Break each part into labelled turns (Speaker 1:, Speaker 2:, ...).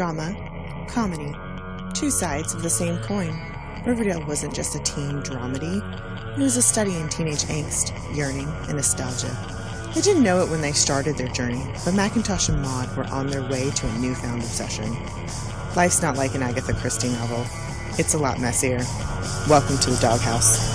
Speaker 1: drama, comedy. Two sides of the same coin. Riverdale wasn't just a teen dramedy, it was a study in teenage angst, yearning, and nostalgia. They didn't know it when they started their journey, but Macintosh and Maud were on their way to a newfound obsession. Life's not like an Agatha Christie novel, it's a lot messier. Welcome to the doghouse.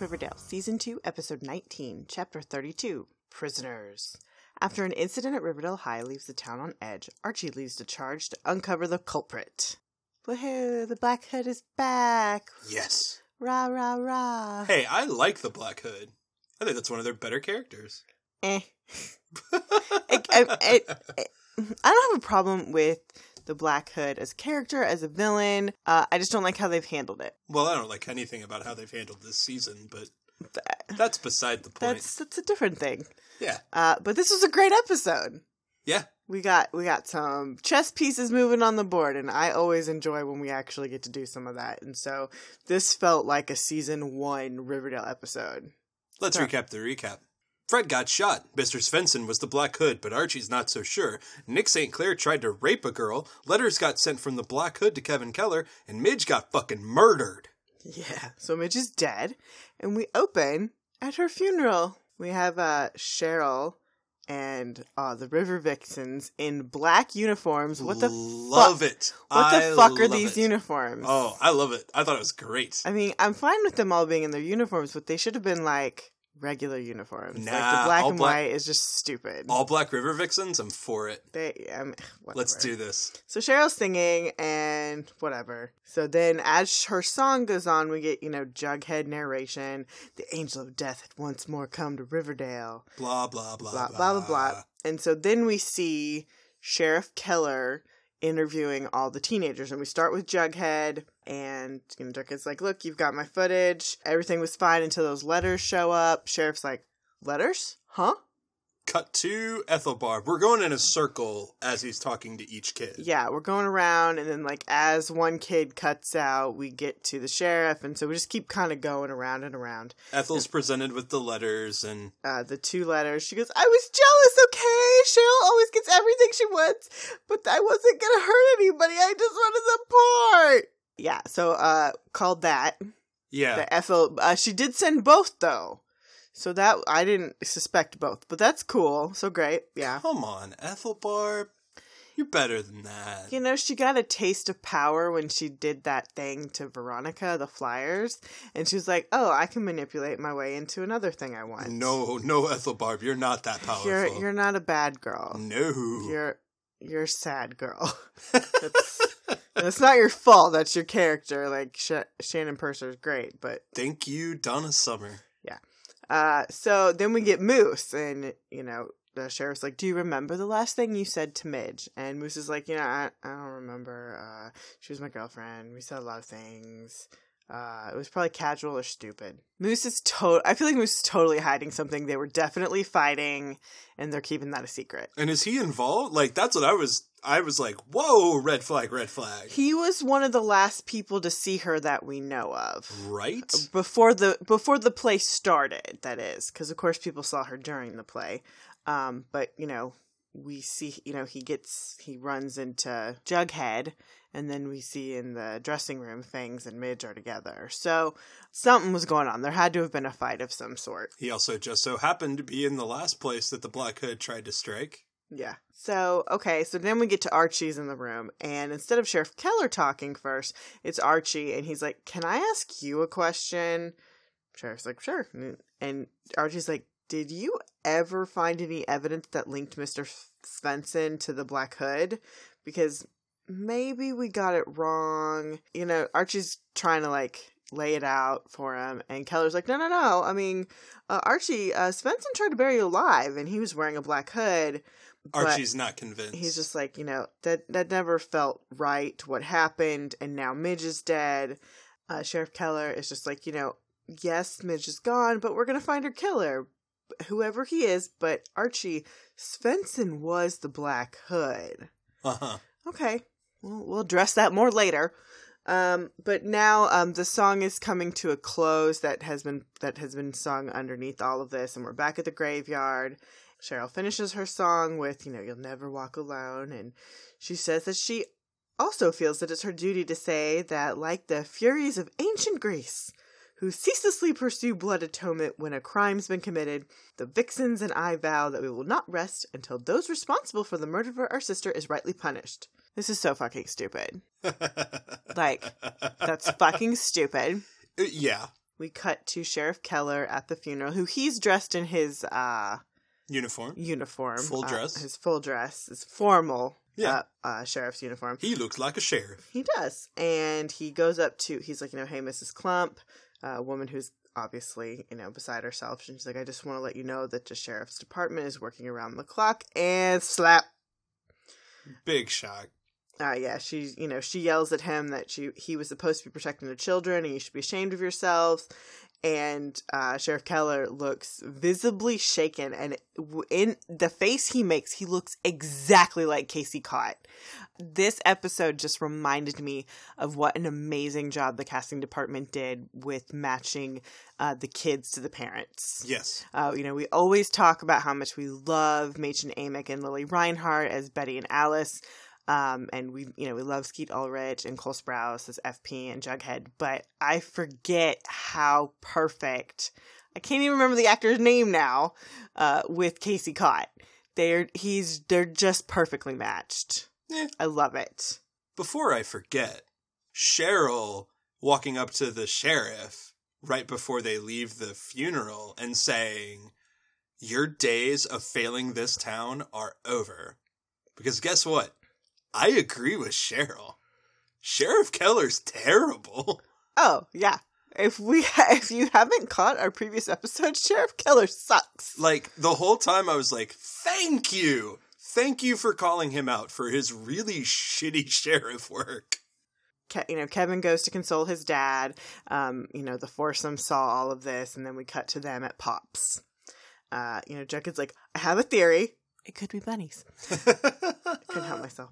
Speaker 1: Riverdale, Season 2, Episode 19, Chapter 32 Prisoners. After an incident at Riverdale High leaves the town on edge, Archie leads the charge to uncover the culprit. Woohoo, the Black Hood is back!
Speaker 2: Yes.
Speaker 1: Rah, rah, rah!
Speaker 2: Hey, I like the Black Hood. I think that's one of their better characters.
Speaker 1: Eh. I, I, I, I don't have a problem with the Black Hood as a character, as a villain. Uh, I just don't like how they've handled it.
Speaker 2: well, I don't like anything about how they've handled this season, but that's beside the point.
Speaker 1: That's that's a different thing.
Speaker 2: Yeah.
Speaker 1: Uh, but this was a great episode.
Speaker 2: Yeah.
Speaker 1: We got we got some chess pieces moving on the board, and I always enjoy when we actually get to do some of that. And so this felt like a season one Riverdale episode.
Speaker 2: Let's
Speaker 1: Yeah.
Speaker 2: recap the recap. Fred got shot. Mr. Svensson was the Black Hood, but Archie's not so sure. Nick St. Clair tried to rape a girl. Letters got sent from the Black Hood to Kevin Keller, and Midge got fucking murdered.
Speaker 1: Yeah. So Midge is dead, and we open at her funeral. We have uh, Cheryl and uh, the River Vixens in black uniforms. What the
Speaker 2: love
Speaker 1: fuck?
Speaker 2: it?
Speaker 1: What
Speaker 2: I
Speaker 1: the fuck are
Speaker 2: love
Speaker 1: these
Speaker 2: it.
Speaker 1: uniforms?
Speaker 2: Oh, I love it. I thought it was great.
Speaker 1: I mean, I'm fine with them all being in their uniforms, but they should have been like regular uniforms. like
Speaker 2: Nah,
Speaker 1: the black
Speaker 2: all
Speaker 1: and
Speaker 2: black-
Speaker 1: white is just stupid.
Speaker 2: All Black River Vixens. I'm for it.
Speaker 1: they, um, whatever.
Speaker 2: Let's do this.
Speaker 1: So Cheryl's singing and whatever. So then, as her song goes on, we get you know Jughead narration. The Angel of Death had once more come to Riverdale.
Speaker 2: Blah blah blah
Speaker 1: Blah blah blah blah. And so then we see Sheriff Keller interviewing all the teenagers, and we start with Jughead. And you know, Jughead's like, "Look, you've got my footage. Everything was fine until those letters show up." Sheriff's like, "Letters? Huh?"
Speaker 2: Cut to Ethelbard. We're going in a circle as he's talking to each kid.
Speaker 1: yeah, we're going around, and then like as one kid cuts out, we get to the sheriff, and so we just keep kind of going around and around.
Speaker 2: Ethel's presented with the letters, and
Speaker 1: Uh, the two letters, she goes, "I was jealous, okay? Cheryl always gets everything she wants, but I wasn't gonna hurt anybody. I just wanted support." Yeah, so uh, called that
Speaker 2: yeah,
Speaker 1: the FL. Uh, she did send both though, so that I didn't suspect both, but that's cool. So great, yeah.
Speaker 2: come on, Ethelbard, you're better than that.
Speaker 1: You know, she got a taste of power when she did that thing to Veronica, the flyers, and she was like, "Oh, I can manipulate my way into another thing I want."
Speaker 2: No, no, Ethelbard, you're not that powerful.
Speaker 1: you're you're not a bad girl.
Speaker 2: no,
Speaker 1: You're you're a sad girl. that's, that's not your fault. That's your character. Like Sh- Shannon Purser is great, but
Speaker 2: thank you, Donna Summer.
Speaker 1: Uh, so then we get Moose, and you know the sheriff's like, "Do you remember the last thing you said to Midge?" And Moose is like, "You know, I, I don't remember. Uh, she was my girlfriend. We said a lot of things. Uh, it was probably casual or stupid." Moose is to I feel like Moose is totally hiding something. They were definitely fighting, and they're keeping that a secret.
Speaker 2: And is he involved? Like that's what I was. I was like, whoa, red flag, red flag,
Speaker 1: He was one of the last people to see her that we know of.
Speaker 2: right?
Speaker 1: before the before the play started that is because of course people saw her during the play um but you know we see you know he gets he runs into jughead and then we see in the dressing room things and midge are together so something was going on there had to have been a fight of some sort
Speaker 2: He also just so happened to be in the last place that the Black Hood tried to strike.
Speaker 1: Yeah. So, okay, so then we get to Archie's in the room, and instead of Sheriff Keller talking first, it's Archie, and he's like, Can I ask you a question? Sheriff's like, Sure. And Archie's like, Did you ever find any evidence that linked Mr. Svensson to the Black Hood? Because maybe we got it wrong. You know, Archie's trying to like lay it out for him, and Keller's like, No, no, no. I mean, uh, Archie, uh, Svensson tried to bury you alive, and he was wearing a black hood. but-
Speaker 2: Archie's not convinced.
Speaker 1: he's just like you know that that never felt right what happened and now midge is dead uh, sheriff keller is just like you know yes midge is gone but we're gonna find her killer whoever he is but archie svensson was the black hood
Speaker 2: uh huh.
Speaker 1: okay well, we'll address that more later Um, but now um, the song is coming to a close that has been that has been sung underneath all of this, and we're back at the graveyard. Cheryl finishes her song with, you know, you'll never walk alone, and she says that she also feels that it's her duty to say that, like the Furies of ancient Greece, who ceaselessly pursue blood atonement when a crime's been committed, the Vixens and I vow that we will not rest until those responsible for the murder of our sister is rightly punished. This is so fucking stupid.
Speaker 2: Uh,
Speaker 1: Like, that's fucking stupid.
Speaker 2: yeah.
Speaker 1: We cut to Sheriff Keller at the funeral, who he's dressed in his uh,
Speaker 2: Uniform.
Speaker 1: uniform,
Speaker 2: Full
Speaker 1: uh,
Speaker 2: dress.
Speaker 1: his full dress, his formal
Speaker 2: Yeah.
Speaker 1: uh, uh, sheriff's uniform.
Speaker 2: He looks like a sheriff.
Speaker 1: He does. And he goes up to, he's like, you know, hey, Mrs. Clump, a woman who's obviously, you know, beside herself. And she's like, I just want to let you know that the sheriff's department is working around the clock. And slap.
Speaker 2: Big shock.
Speaker 1: Uh, yeah, she, you know, she yells at him that she he was supposed to be protecting the children and you should be ashamed of yourselves. And uh, Sheriff Keller looks visibly shaken, and w- in the face he makes, he looks exactly like Casey Cott. This episode just reminded me of what an amazing job the casting department did with matching uh, the kids to the parents.
Speaker 2: Yes.
Speaker 1: Uh, you know, we always talk about how much we love Machen Amick and Lily Reinhardt as Betty and Alice. Um, and we, you know, we love Skeet Ulrich and Cole Sprouse as FP and Jughead. But I forget how perfect. I can't even remember the actor's name now. Uh, with Casey Cott, they're he's they're just perfectly matched.
Speaker 2: Eh.
Speaker 1: I love it.
Speaker 2: Before I forget, Cheryl walking up to the sheriff right before they leave the funeral and saying, Your days of failing this town are over. Because guess what? I agree with Cheryl. Sheriff Keller's terrible.
Speaker 1: Oh yeah. If we if you haven't caught our previous episode, Sheriff Keller sucks.
Speaker 2: Like, the whole time I was like, Thank you. Thank you for calling him out for his really shitty sheriff work.
Speaker 1: Ke- you know, Kevin goes to console his dad. Um, you know, the foursome saw all of this, and then we cut to them at Pops. Uh, you know, Jughead's like, I have a theory. It could be bunnies. Couldn't help myself.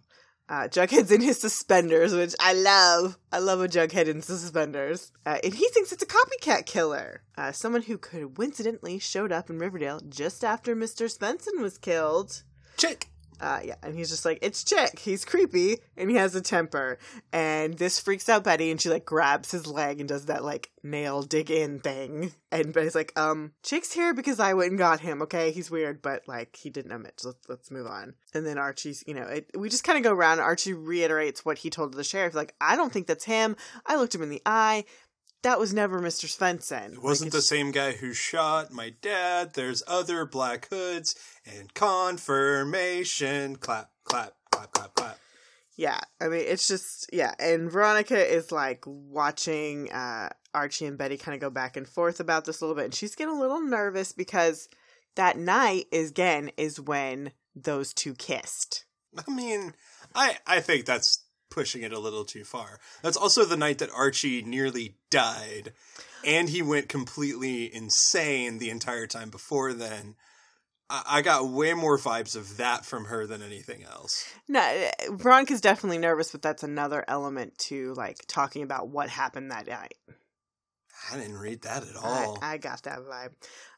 Speaker 1: Uh, Jughead's in his suspenders, which I love. I love a Jughead in suspenders. Uh, and he thinks it's a copycat killer. Uh, someone who coincidentally showed up in Riverdale just after Mr. Svensson was killed.
Speaker 2: Chick.
Speaker 1: Uh, yeah, and he's just like, it's Chick. He's creepy and he has a temper. And this freaks out Betty, and she like grabs his leg and does that like nail dig in thing. And Betty's like, um, Chick's here because I went and got him. Okay, he's weird, but like he didn't admit. So let's, let's move on. And then Archie's, you know, it, we just kind of go around. Archie reiterates what he told the sheriff, like, I don't think that's him. I looked him in the eye. That was never Mr. Svensson.
Speaker 2: It wasn't the same guy who shot my dad. There's other black hoods and confirmation. Clap, clap, clap, clap, clap.
Speaker 1: Yeah, I mean, it's just yeah, and Veronica is like watching uh, Archie and Betty kind of go back and forth about this a little bit, and she's getting a little nervous because that night is again is when those two kissed.
Speaker 2: I mean, I I think that's pushing it a little too far. That's also the night that Archie nearly died, and he went completely insane the entire time before then. I, I got way more vibes of that from her than anything else.
Speaker 1: No, uh, Veronica's definitely nervous, but that's another element to like talking about what happened that night.
Speaker 2: I didn't read that
Speaker 1: I,
Speaker 2: at all.
Speaker 1: I got that vibe.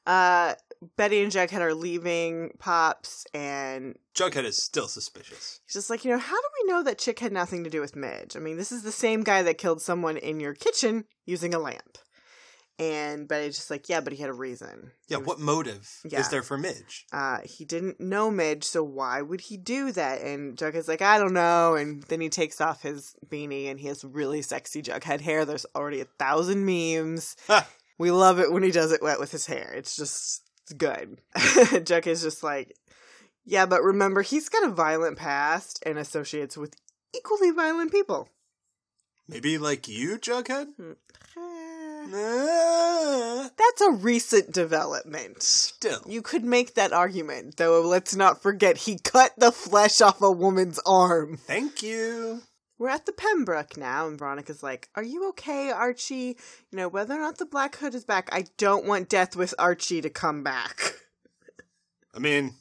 Speaker 1: Uh, Betty and Jughead are leaving Pops, and
Speaker 2: Jughead is still suspicious.
Speaker 1: He's just like, you know, how do we know that chick had nothing to do with Midge? I mean, this is the same guy that killed someone in your kitchen using a lamp. And Betty's just like, yeah, but he had a reason.
Speaker 2: Yeah, what motive
Speaker 1: Yeah.
Speaker 2: is there for Midge?
Speaker 1: Uh, he didn't know Midge, so why would he do that? And Jughead's like, I don't know. And then he takes off his beanie and he has really sexy Jughead hair. There's already a thousand memes. we love it when he does it wet with his hair. It's just it's good. Jughead's just like, yeah, but remember, he's got a violent past and associates with equally violent people.
Speaker 2: Maybe like you, Jughead?
Speaker 1: Eh,
Speaker 2: Nah.
Speaker 1: That's a recent development.
Speaker 2: Still.
Speaker 1: You could make that argument, though let's not forget he cut the flesh off a woman's arm.
Speaker 2: Thank you.
Speaker 1: We're at the Pembroke now, and Veronica's like, Are you okay, Archie? You know, whether or not the Black Hood is back, I don't want death with Archie to come back.
Speaker 2: I mean,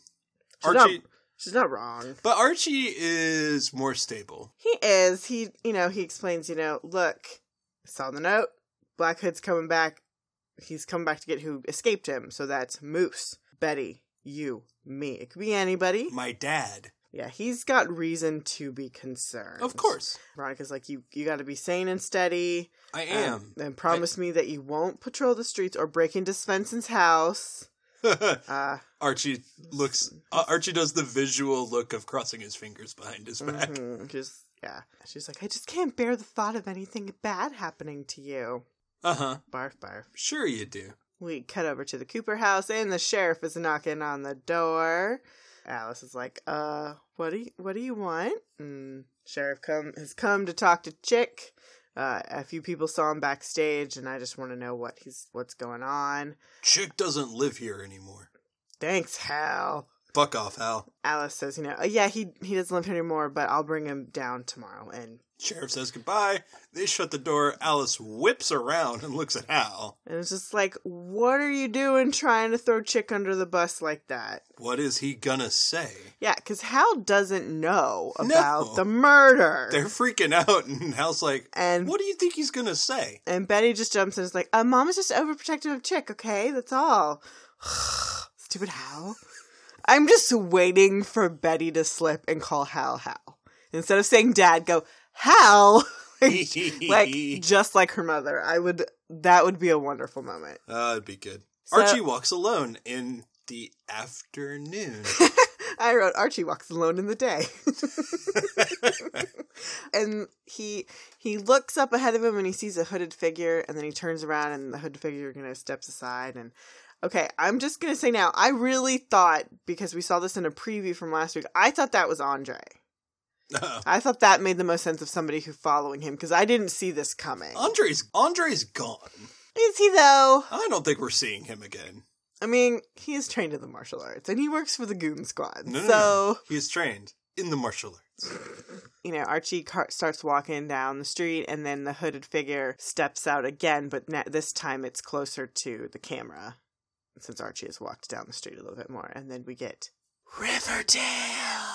Speaker 1: Shut
Speaker 2: Archie.
Speaker 1: up. She's not wrong.
Speaker 2: But Archie is more stable.
Speaker 1: He is. He, you know, he explains, you know, look, saw the note. Black Hood's coming back. He's coming back to get who escaped him. So that's Moose, Betty, you, me. It could be anybody.
Speaker 2: My dad.
Speaker 1: Yeah, he's got reason to be concerned.
Speaker 2: Of course.
Speaker 1: Veronica's like, you, you got to be sane and steady. Um,
Speaker 2: I am.
Speaker 1: and promise me that you won't patrol the streets or break into Svensson's house. Uh,
Speaker 2: Archie looks. Uh, Archie does the visual look of crossing his fingers behind his back.
Speaker 1: mhm, just, yeah. She's like, I just can't bear the thought of anything bad happening to you.
Speaker 2: Uh huh.
Speaker 1: Barf, barf.
Speaker 2: Sure you do.
Speaker 1: We cut over to the Cooper house, and the sheriff is knocking on the door. Alice is like, "Uh, what do you, what do you want?" And sheriff come has come to talk to Chick. Uh, a few people saw him backstage, and I just want to know what he's what's going on.
Speaker 2: Chick doesn't live here anymore.
Speaker 1: Thanks, Hal.
Speaker 2: Fuck off, Hal.
Speaker 1: Alice says, "You know, "Uh, yeah, he he doesn't live here anymore, but I'll bring him down tomorrow." And
Speaker 2: Sheriff says goodbye. They shut the door. Alice whips around and looks at Hal.
Speaker 1: and it's just like, "What are you doing, trying to throw Chick under the bus like that?"
Speaker 2: What is he gonna say?
Speaker 1: Yeah, because Hal doesn't know
Speaker 2: No.
Speaker 1: about the murder.
Speaker 2: They're freaking out, and Hal's like,
Speaker 1: and
Speaker 2: What do you think he's gonna say?
Speaker 1: and Betty just jumps in and is like, uh, "Mom is just overprotective of Chick, okay? That's all." Stupid Hal. I'm just waiting for Betty to slip and call Hal Hal instead of saying Dad. Go Hal, like just like her mother. I would. That would be a wonderful moment.
Speaker 2: That'd be good.
Speaker 1: So-
Speaker 2: Archie walks alone in the afternoon.
Speaker 1: I wrote Archie walks alone in the day. and he he looks up ahead of him and he sees a hooded figure and then he turns around and the hooded figure you know steps aside and okay, I'm just gonna say now, I really thought because we saw this in a preview from last week, I thought that was Andre.
Speaker 2: Uh,
Speaker 1: I thought that made the most sense of somebody who following him because I didn't see this coming.
Speaker 2: Andre's Andre's gone.
Speaker 1: Is he though?
Speaker 2: I don't think we're seeing him again.
Speaker 1: I mean, he is trained in the martial arts and he works for the Goon Squad.
Speaker 2: No, no,
Speaker 1: so
Speaker 2: no. He's trained in the martial arts.
Speaker 1: you know, Archie car- starts walking down the street, and then the hooded figure steps out again, but na- this time it's closer to the camera since Archie has walked down the street a little bit more. And then we get
Speaker 2: Riverdale.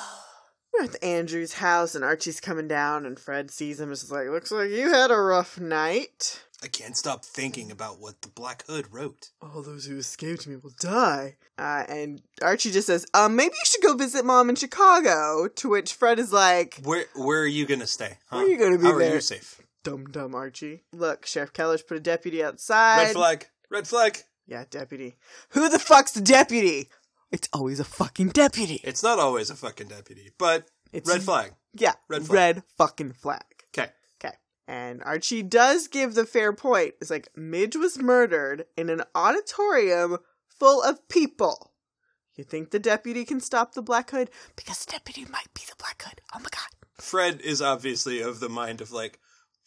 Speaker 1: we're at the Andrews house, and Archie's coming down, and Fred sees him and is like, Looks like you had a rough night.
Speaker 2: I can't stop thinking about what the Black Hood wrote.
Speaker 1: All those who escaped me will die. Uh, and Archie just says, um, Maybe you should go visit mom in Chicago. To which Fred is like,
Speaker 2: Where Where are you gonna stay? Huh?
Speaker 1: Where are you gonna be
Speaker 2: How are
Speaker 1: there?
Speaker 2: you safe?
Speaker 1: Dum dum, Archie. Look, Sheriff Keller's put a deputy outside.
Speaker 2: Red flag. Red flag.
Speaker 1: Yeah, deputy. Who the fuck's the deputy? It's always a fucking deputy.
Speaker 2: It's not always a fucking deputy, but
Speaker 1: It's
Speaker 2: red flag.
Speaker 1: Yeah,
Speaker 2: red
Speaker 1: red,
Speaker 2: flag.
Speaker 1: fucking flag.
Speaker 2: Okay.
Speaker 1: Okay. And Archie does give the fair point. It's like Midge was murdered in an auditorium full of people. You think the deputy can stop the Black Hood? Because the deputy might be the Black Hood. Oh my god.
Speaker 2: Fred is obviously of the mind of like,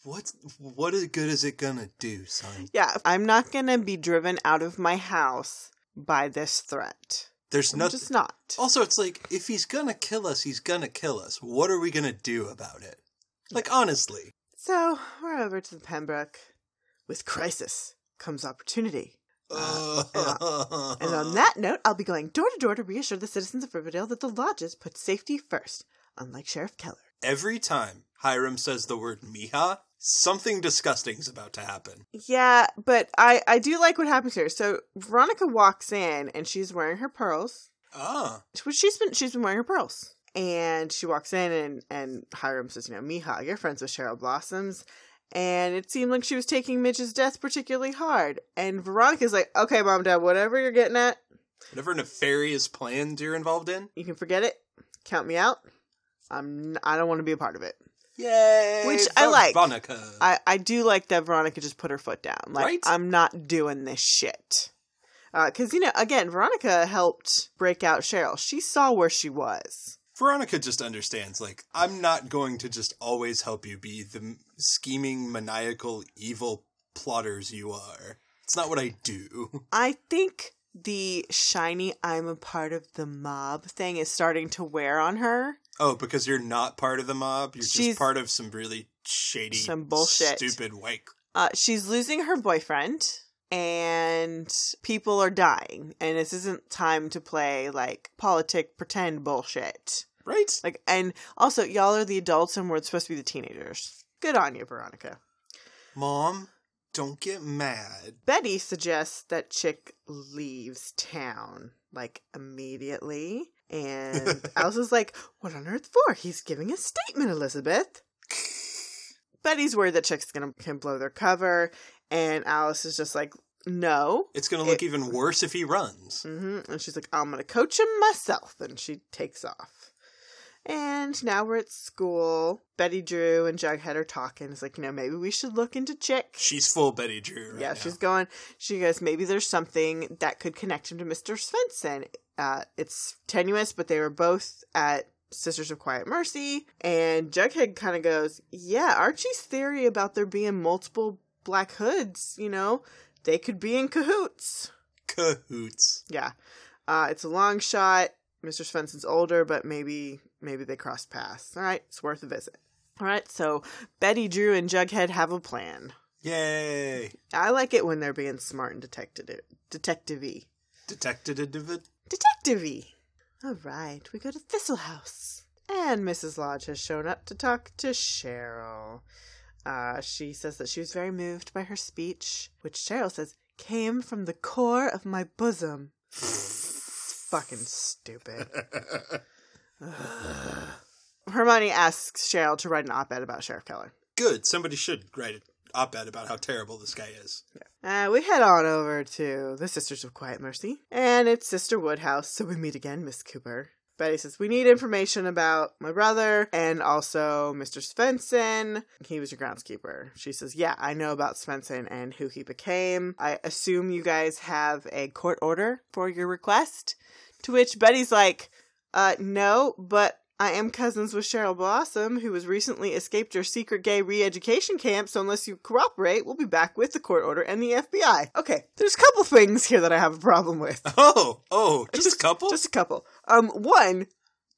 Speaker 2: what? What is good is it gonna do, son?
Speaker 1: Yeah, I'm not gonna be driven out of my house by this threat.
Speaker 2: There's
Speaker 1: I'm
Speaker 2: nothing.
Speaker 1: just not.
Speaker 2: Also, it's like if he's gonna kill us, he's gonna kill us. What are we gonna do about it? Like honestly,
Speaker 1: So we're over to the Pembroke. With crisis comes opportunity. Uh, And on that note, I'll be going door to door to reassure the citizens of Riverdale that the lodges put safety first, unlike Sheriff Keller.
Speaker 2: every time Hiram says the word Miha, something disgusting's about to happen.
Speaker 1: Yeah, but I, I do like what happens here. So Veronica walks in and she's wearing her pearls.
Speaker 2: Ah,
Speaker 1: Well, she's been she's been wearing her pearls. And she walks in and, and Hiram says, you know, Miha, you're friends with Cheryl Blossoms. And it seemed like she was taking Midge's death particularly hard. And Veronica's like, okay, mom, dad, whatever you're getting at,
Speaker 2: whatever nefarious plans you're involved in.
Speaker 1: you can forget it. Count me out. I'm n- I don't want to be a part of it.
Speaker 2: Yay!
Speaker 1: Which I like.
Speaker 2: Veronica.
Speaker 1: I, I do like that Veronica just put her foot down. Like,
Speaker 2: Right?
Speaker 1: I'm not doing this shit. Because, you know, again, Veronica helped break out Cheryl. She saw where she was.
Speaker 2: Veronica just understands. Like I'm not going to just always help you be the m- scheming, maniacal, evil plotters you are. It's not what I do.
Speaker 1: I think the shiny I'm a part of the mob thing is starting to wear on her.
Speaker 2: Oh, because you're not part of the mob. You're
Speaker 1: She's-
Speaker 2: just part of some really shady,
Speaker 1: Some bullshit.
Speaker 2: stupid white.
Speaker 1: Uh, she's losing her boyfriend. and people are dying and this isn't time to play like politic pretend bullshit
Speaker 2: Right?
Speaker 1: like and also y'all are the adults and we're supposed to be the teenagers good on you veronica
Speaker 2: Mom, don't get mad.
Speaker 1: betty suggests that chick leaves town like immediately and alice is like what on earth for he's giving a statement elizabeth betty's worried that chick's gonna can blow their cover and alice is just like no
Speaker 2: It's going to look
Speaker 1: It-
Speaker 2: even worse if he runs.
Speaker 1: hmm And she's like, I'm going to coach him myself. And she takes off. And now we're at school. Betty Drew and Jughead are talking. It's like, you know, maybe we should look into Chick.
Speaker 2: She's full Betty Drew. Right
Speaker 1: yeah,
Speaker 2: now.
Speaker 1: she's going. She goes, maybe there's something that could connect him to Mr. Svensson. Uh, it's tenuous, but they were both at Sisters of Quiet Mercy. And Jughead kind of goes, yeah, Archie's theory about there being multiple black hoods, you know, they could be in cahoots.
Speaker 2: cahoots.
Speaker 1: Yeah. Uh, it's a long shot. Mr. Svensson's older, but maybe maybe they crossed paths. All right, it's worth a visit. All right, so Betty, Drew, and Jughead have a plan.
Speaker 2: Yay.
Speaker 1: I like it when they're being smart and detective detective-y.
Speaker 2: Detected a divid.
Speaker 1: Detective-y. All right, we go to Thistle House. And Mrs. Lodge has shown up to talk to Cheryl. Uh, she says that she was very moved by her speech, which Cheryl says came from the core of my bosom. Fucking stupid. Hermione asks Cheryl to write an op ed about Sheriff Keller.
Speaker 2: Good. Somebody should write an op ed about how terrible this guy is.
Speaker 1: Uh, we head on over to the Sisters of Quiet Mercy, and it's Sister Woodhouse, so we meet again, Miss Cooper. Betty says, We need information about my brother and also Mr. Svensson. He was your groundskeeper. She says, Yeah, I know about Svensson and who he became. I assume you guys have a court order for your request. To which Betty's like, Uh, no, but I am cousins with Cheryl Blossom, who has recently escaped your secret gay re education camp, so unless you cooperate, we'll be back with the court order and the FBI. Okay, there's a couple things here that I have a problem with.
Speaker 2: Oh, oh, just, a couple?
Speaker 1: Just a couple. Um, one,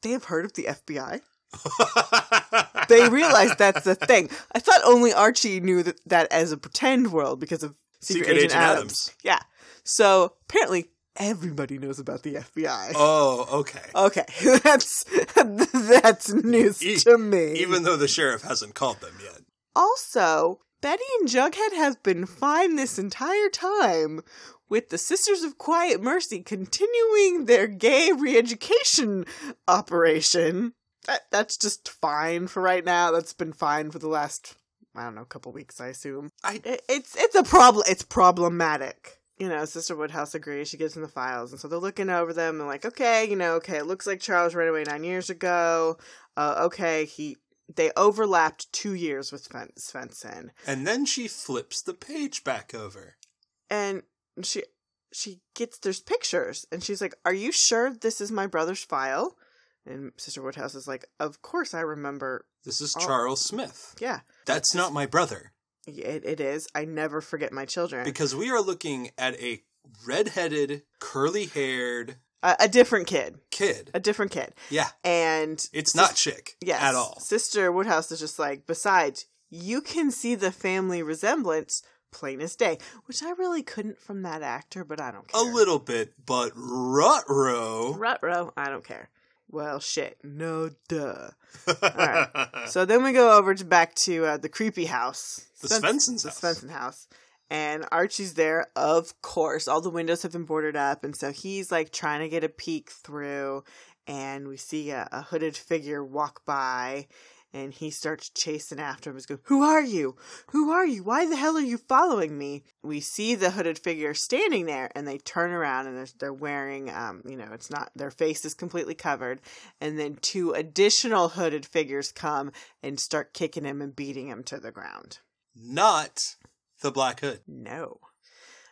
Speaker 1: they have heard of the FBI. They realize that's the thing. I thought only Archie knew that, that as a pretend world because of Secret, Agent, Adams. Yeah. So apparently everybody knows about the FBI.
Speaker 2: Oh, okay.
Speaker 1: Okay, that's that's news
Speaker 2: E-
Speaker 1: to me.
Speaker 2: Even though the sheriff hasn't called them yet.
Speaker 1: also, Betty and Jughead have been fine this entire time, with the Sisters of Quiet Mercy continuing their gay re-education operation. That that's just fine for right now. That's been fine for the last I don't know couple weeks, I assume.
Speaker 2: I-
Speaker 1: It- it's it's a problem. It's problematic. You know, Sister Woodhouse agrees. She gives them the files, and so they're looking over them and like, okay, you know, okay, it looks like Charles ran away nine years ago. Uh, okay, he they overlapped two years with Sven- Svensson,
Speaker 2: And then she flips the page back over.
Speaker 1: and she she gets there's pictures, and she's like, "Are you sure this is my brother's file?" And Sister Woodhouse is like, "Of course I remember.
Speaker 2: This is
Speaker 1: Oh.
Speaker 2: Charles Smith.
Speaker 1: Yeah,
Speaker 2: That's not my brother.
Speaker 1: it, it is. I never forget my children.
Speaker 2: Because we are looking at a redheaded, curly haired
Speaker 1: a, a different kid,
Speaker 2: kid.
Speaker 1: a different kid,
Speaker 2: Yeah.
Speaker 1: and
Speaker 2: It's not chick
Speaker 1: Yes.
Speaker 2: at all.
Speaker 1: Sister Woodhouse is just like, besides, you can see the family resemblance plain as day, which I really couldn't from that actor, but I don't care.
Speaker 2: A little bit, but Rutro.
Speaker 1: Ruh-roh, I don't care. Well, shit. No, duh.
Speaker 2: Uh.
Speaker 1: so then we go over to back to uh, the creepy house.
Speaker 2: The
Speaker 1: Sven-
Speaker 2: Svensson's
Speaker 1: the
Speaker 2: house.
Speaker 1: Svensson house. And Archie's there, of course. All the windows have been boarded up. And so he's like trying to get a peek through. And we see a, a hooded figure walk by. And he starts chasing after him. He's going, Who are you? Who are you? Why the hell are you following me? We see the hooded figure standing there. And they turn around and they're, they're wearing, um, you know, it's not, their face is completely covered. And then two additional hooded figures come and start kicking him and beating him to the ground.
Speaker 2: Not the Black Hood.
Speaker 1: No.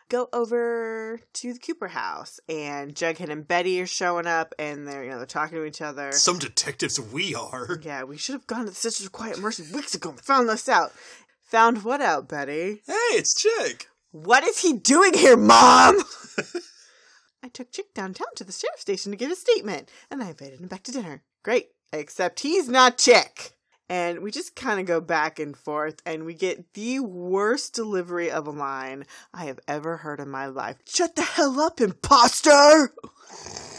Speaker 1: Go over to the Cooper house, and Jughead and Betty are showing up, and they're you know they're talking to each other.
Speaker 2: Some detectives we are.
Speaker 1: yeah, we should have gone to the Sisters of Quiet Mercy weeks ago and found this out. Found what out, Betty?
Speaker 2: Hey, it's Chick.
Speaker 1: What is he doing here, Mom? I took Chick downtown to the sheriff's station to give a statement, and I invited him back to dinner. Great, except he's not Chick. And we just kind of go back and forth, and we get the worst delivery of a line I have ever heard in my life. Shut the hell up, imposter!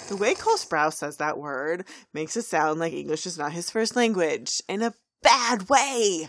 Speaker 1: The way Cole Sprouse says that word makes it sound like English is not his first language in a bad way.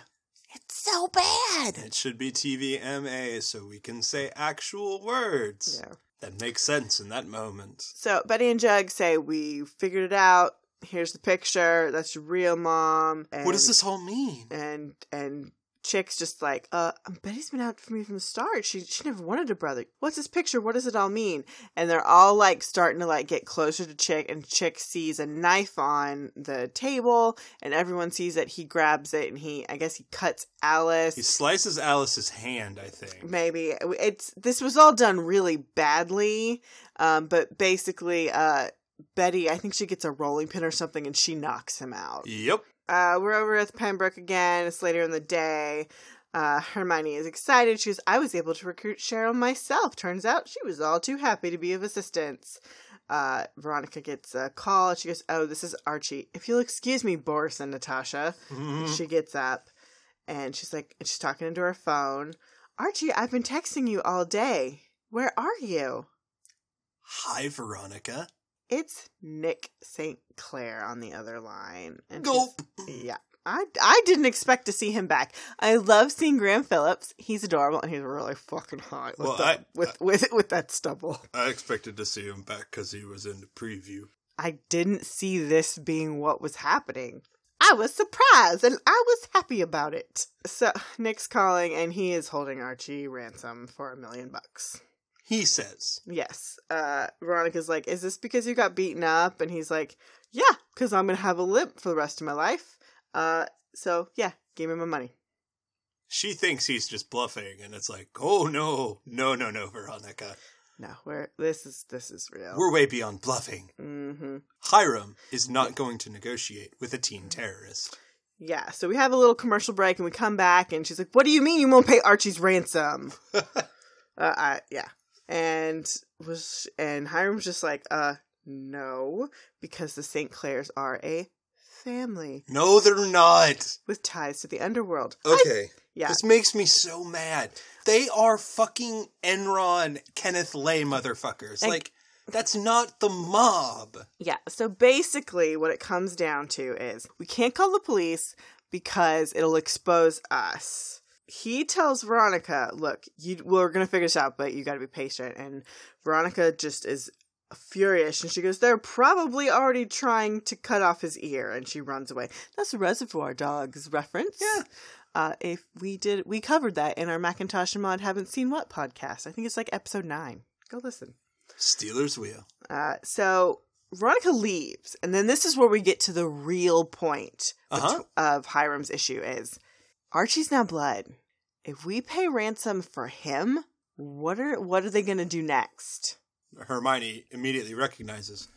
Speaker 1: It's so bad.
Speaker 2: It should be TVMA so we can say actual words
Speaker 1: Yeah.
Speaker 2: that make sense in that moment.
Speaker 1: So Betty and Jug say we figured it out. Here's the picture. That's your real mom. And,
Speaker 2: what does this all mean?
Speaker 1: And and Chick's just like, uh, Betty's been out for me from the start. She she never wanted a brother. What's this picture? What does it all mean? And they're all like starting to like get closer to Chick, and Chick sees a knife on the table, and everyone sees that he grabs it, and he I guess he cuts Alice.
Speaker 2: He slices Alice's hand, I think.
Speaker 1: maybe uh, it's this was all done really badly um but basically uh Betty, I think she gets a rolling pin or something and she knocks him out.
Speaker 2: Yep.
Speaker 1: Uh, we're over at Pembroke again. It's later in the day. Uh, Hermione is excited. She goes, I was able to recruit Cheryl myself. Turns out she was all too happy to be of assistance. Uh, Veronica gets a call. She goes, Oh, this is Archie. If you'll excuse me, Boris and Natasha.
Speaker 2: Mhm.
Speaker 1: She gets up and she's like, and she's talking into her phone. Archie, I've been texting you all day. Where are you?
Speaker 2: Hi, Veronica.
Speaker 1: It's Nick St. Clair on the other line. And she's-
Speaker 2: Gulp.
Speaker 1: Yeah. I, I didn't expect to see him back. I love seeing Graham Phillips. He's adorable and he's really fucking hot with,
Speaker 2: Well,
Speaker 1: the-
Speaker 2: I- uh,
Speaker 1: with, with, with that stubble.
Speaker 2: I expected to see him back because he was in the preview.
Speaker 1: I didn't see this being what was happening. I was surprised and I was happy about it. So Nick's calling and he is holding Archie ransom for a million bucks.
Speaker 2: He says,
Speaker 1: Yes. Uh, Veronica's like, Is this because you got beaten up? And he's like, Yeah, because I'm going to have a limp for the rest of my life. Uh, so yeah, give me my money.
Speaker 2: she thinks he's just bluffing, and it's like, oh no, no, no, no, Veronica.
Speaker 1: No, we're, this is this is real.
Speaker 2: We're way beyond bluffing.
Speaker 1: hmm
Speaker 2: Hiram is not going to negotiate with a teen terrorist.
Speaker 1: Yeah, so we have a little commercial break and we come back and she's like, "What do you mean you won't pay Archie's ransom?" uh, I, yeah, and was and Hiram's just like, "Uh, no, because the St. Clairs are a family
Speaker 2: No, they're not.
Speaker 1: with ties to the underworld." I-
Speaker 2: Okay.
Speaker 1: yeah,
Speaker 2: This makes me so mad. They are fucking Enron Kenneth Lay motherfuckers.
Speaker 1: Like-
Speaker 2: like, that's not the mob.
Speaker 1: yeah. So basically, what it comes down to is we can't call the police because it'll expose us. He tells Veronica, "Look, you we're gonna figure this out, but you got to be patient." And Veronica just is furious and she goes, They're probably already trying to cut off his ear and she runs away. That's a reservoir dogs reference.
Speaker 2: Yeah.
Speaker 1: Uh, if we did we covered that in our Macintosh and Mod Haven't Seen What podcast. I think it's like episode nine. Go listen.
Speaker 2: Steeler's wheel.
Speaker 1: Uh, so Veronica leaves, and then this is where we get to the real point
Speaker 2: Uh huh.
Speaker 1: of Hiram's issue is Archie's now blood. If we pay ransom for him, what are what are they gonna do next?
Speaker 2: Hermione immediately recognizes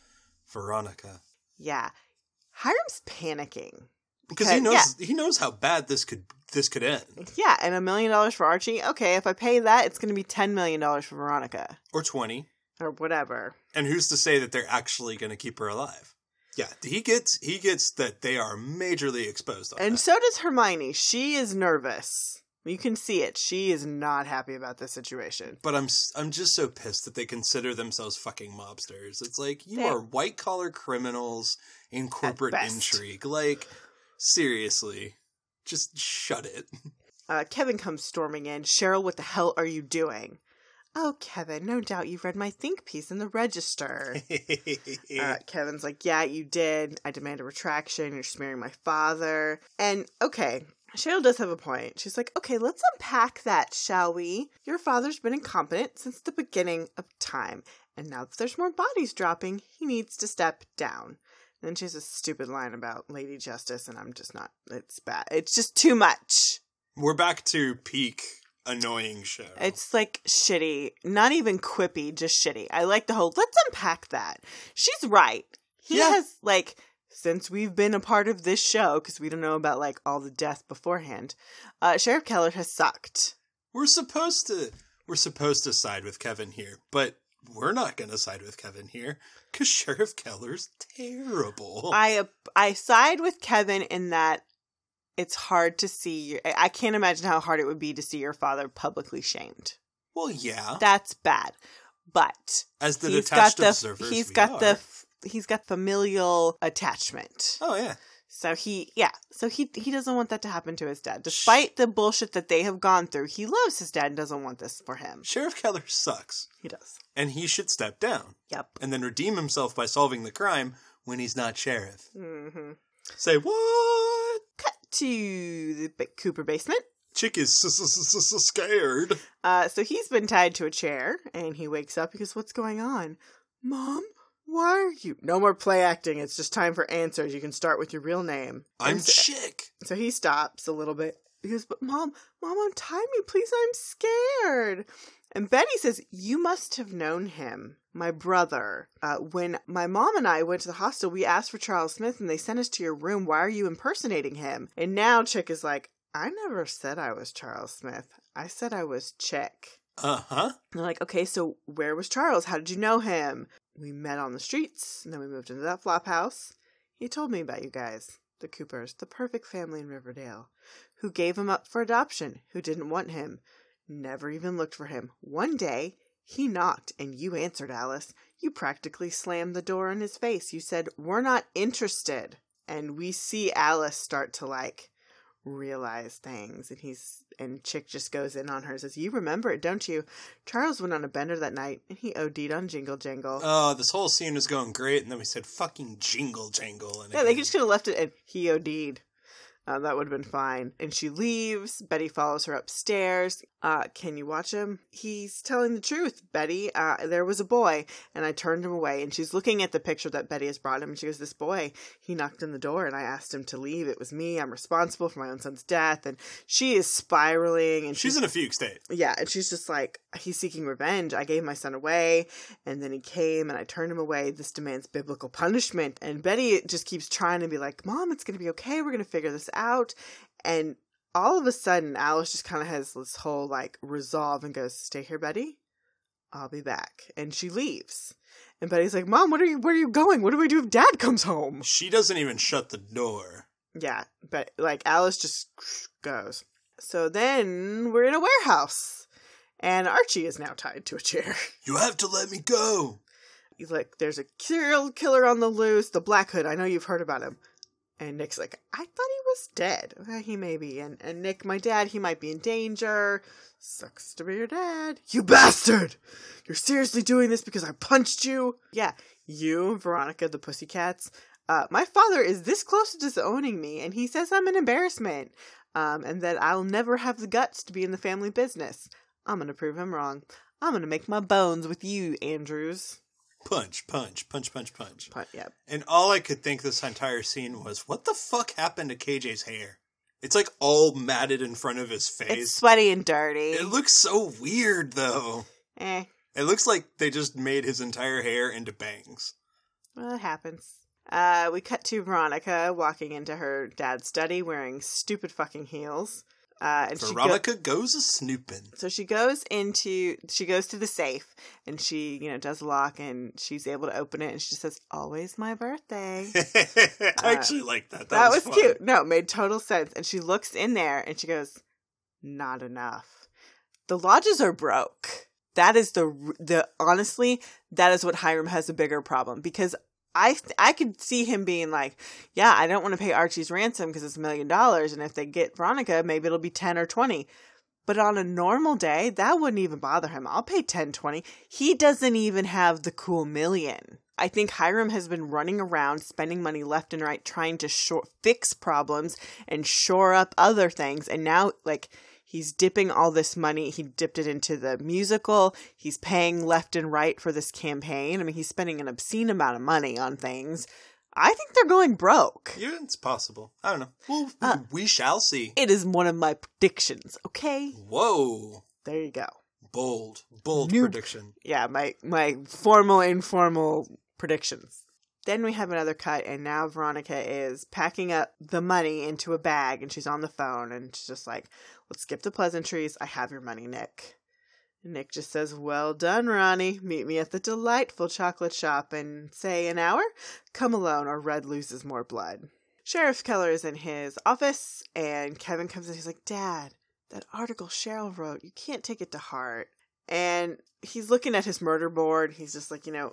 Speaker 2: Veronica
Speaker 1: Yeah. Hiram's panicking.
Speaker 2: because he
Speaker 1: Okay,
Speaker 2: knows he knows how bad this could this could end
Speaker 1: Yeah, and a million dollars for Archie. Okay, if I pay that, it's going to be $10 million for Veronica
Speaker 2: or 20
Speaker 1: or whatever.
Speaker 2: and who's to say that they're actually going to keep her alive yeah he gets he gets that they are majorly exposed on
Speaker 1: And
Speaker 2: that.
Speaker 1: so does Hermione. She is nervous. You can see it. She is not happy about this situation.
Speaker 2: but I'm s- I'm just so pissed that they consider themselves fucking mobsters. It's like you
Speaker 1: They-
Speaker 2: are white collar criminals in corporate
Speaker 1: best.
Speaker 2: intrigue. Like seriously, just shut it.
Speaker 1: Uh, Kevin comes storming in. Cheryl, what the hell are you doing? Oh, Kevin, no doubt you've read my think piece in the register. Uh, Kevin's like, Yeah, you did. I demand a retraction. You're smearing my father. And okay, Cheryl does have a point. She's like, Okay, let's unpack that, shall we? Your father's been incompetent since the beginning of time. And now that there's more bodies dropping, he needs to step down. And then she has a stupid line about Lady Justice, and I'm just not, it's bad. It's just too much.
Speaker 2: We're back to peak annoying show.
Speaker 1: It's like shitty, not even quippy, just shitty. I like the whole let's unpack that. She's right. He
Speaker 2: Yeah.
Speaker 1: has like since we've been a part of this show because we don't know about like all the death beforehand. Uh, Sheriff Keller has sucked.
Speaker 2: we're supposed to we're supposed to side with Kevin here, but we're not going to side with Kevin here because Oh. Sheriff Keller's terrible.
Speaker 1: I I side with Kevin in that it's hard to see. Your, I I can't imagine how hard it would be to see your father publicly shamed.
Speaker 2: Well, yeah.
Speaker 1: That's bad. But
Speaker 2: As the
Speaker 1: he's got
Speaker 2: detached
Speaker 1: the
Speaker 2: observers,
Speaker 1: he's
Speaker 2: we
Speaker 1: got the
Speaker 2: are.
Speaker 1: f- he's got familial attachment.
Speaker 2: Oh yeah.
Speaker 1: So he yeah, so he he doesn't want that to happen to his dad. Despite the bullshit that they have gone through, he loves his dad and doesn't want this for him.
Speaker 2: Sheriff Keller sucks,
Speaker 1: He does.
Speaker 2: and he should step down
Speaker 1: Yep.
Speaker 2: and then redeem himself by solving the crime when he's not sheriff.
Speaker 1: hmm
Speaker 2: Say what?
Speaker 1: Cut to the B- Cooper basement.
Speaker 2: Chick is s- s- s- s- scared.
Speaker 1: Uh, so he's been tied to a chair, and he wakes up because what's going on? Mom, why are you? No more play acting. It's just time for answers. You can start with your real name.
Speaker 2: I'm
Speaker 1: And so,
Speaker 2: chick.
Speaker 1: so he stops a little bit. He goes, "But mom, mom, untie me, please. I'm scared." And Betty says, "You must have known him, my brother. Uh, when my mom and I went to the hostel, we asked for Charles Smith, and they sent us to your room. Why are you impersonating him?" And now Chick is like, "I never said I was Charles Smith. I said I was Chick."
Speaker 2: Uh huh.
Speaker 1: And they're like, okay, so where was Charles? How did you know him? We met on the streets, and then we moved into that flop house. He told me about you guys, the Coopers, the perfect family in Riverdale, who gave him up for adoption, who didn't want him, never even looked for him. One day, he knocked, and you answered, Alice. You practically slammed the door in his face. You said, We're not interested. And we see Alice start to like realize things and he's and chick just goes in on her and says you remember it don't you Charles went on a bender that night and he OD'd on Jingle Jangle.
Speaker 2: Oh, this whole scene is going great, and then we said fucking jingle jangle. And
Speaker 1: yeah, they
Speaker 2: again.
Speaker 1: just could have left it at he OD'd. Uh, that would have been fine. And she leaves. Betty follows her upstairs. Uh, can you watch him? He's telling the truth, Betty. Uh, there was a boy, and I turned him away. And she's looking at the picture that Betty has brought him. And she goes, This boy, he knocked on the door, and I asked him to leave. It was me. I'm responsible for my own son's death. And she is spiraling. And
Speaker 2: She's in a fugue state.
Speaker 1: yeah, and she's just like, he's seeking revenge. I gave my son away, and then he came and I turned him away. This demands biblical punishment. And Betty just keeps trying to be like, Mom, it's going to be okay. We're going to figure this out. And all of a sudden, Alice just kind of has this whole like resolve and goes, Stay here, Betty. I'll be back. And she leaves. And Betty's like, Mom, what are you, where are you going? What do we do if dad comes home?
Speaker 2: She doesn't even shut the door.
Speaker 1: Yeah, but like Alice just goes. So then we're in a warehouse, and Archie is now tied to a chair.
Speaker 2: You have to let me go.
Speaker 1: He's like, "There's a serial killer on the loose, the Black Hood. I know you've heard about him." And Nick's like, "I thought he was dead. Well, he may be." And and Nick, my dad, he might be in danger. Sucks to be your dad, you bastard. You're seriously doing this because I punched you. Yeah, you and Veronica, the Pussycats. Uh, my father is this close to disowning me, and he says I'm an embarrassment, um, and that I'll never have the guts to be in the family business. I'm gonna prove him wrong. I'm gonna make my bones with you, Andrews.
Speaker 2: Punch, punch, punch, punch, punch.
Speaker 1: But yeah,
Speaker 2: And all I could think this entire scene was, what the fuck happened to KJ's hair? It's like all matted in front of his
Speaker 1: it's
Speaker 2: face.
Speaker 1: sweaty and dirty.
Speaker 2: It looks so weird though.
Speaker 1: eh,
Speaker 2: It looks like they just made his entire hair into bangs.
Speaker 1: well, it happens. Uh, we cut to Veronica walking into her dad's study wearing stupid fucking heels. Uh, and she go-
Speaker 2: Veronica goes a snooping.
Speaker 1: so she goes into she goes to the safe and she you know does a lock and she's able to open it and she says always my birthday.
Speaker 2: I actually like that. That,
Speaker 1: Uh, that was,
Speaker 2: was, fun.
Speaker 1: cute. No, it made total sense. And she looks in there and she goes, "Not enough. The lodges are broke. That is the the honestly, that is what Hiram has a bigger problem because I I could see him being like, "Yeah, I don't want to pay Archie's ransom because it's a million dollars, and if they get Veronica, maybe it'll be ten or twenty. But on a normal day, that wouldn't even bother him. I'll pay 10, 20. He doesn't even have the cool million. I think Hiram has been running around spending money left and right trying to shore, fix problems and shore up other things. And now, like, he's dipping all this money. He dipped it into the musical. He's paying left and right for this campaign. I mean, he's spending an obscene amount of money on things. I think they're going broke.
Speaker 2: Yeah, it's possible. I don't know. Well,
Speaker 1: Uh,
Speaker 2: we shall see.
Speaker 1: It is one of my predictions. Okay.
Speaker 2: Whoa.
Speaker 1: There you go.
Speaker 2: Bold, bold
Speaker 1: Noob.
Speaker 2: prediction.
Speaker 1: yeah, my my formal informal predictions. Then we have another cut, and now Veronica is packing up the money into a bag, and she's on the phone, and she's just like, "Let's skip the pleasantries. I have your money, Nick." And Nick just says, "Well done, Ronnie. Meet me at the delightful chocolate shop in say an hour. Come alone, or Red loses more blood." Sheriff Keller is in his office, and Kevin comes in. He's like, Dad, that article Cheryl wrote, you can't take it to heart. And he's looking at his murder board. He's just like, you know,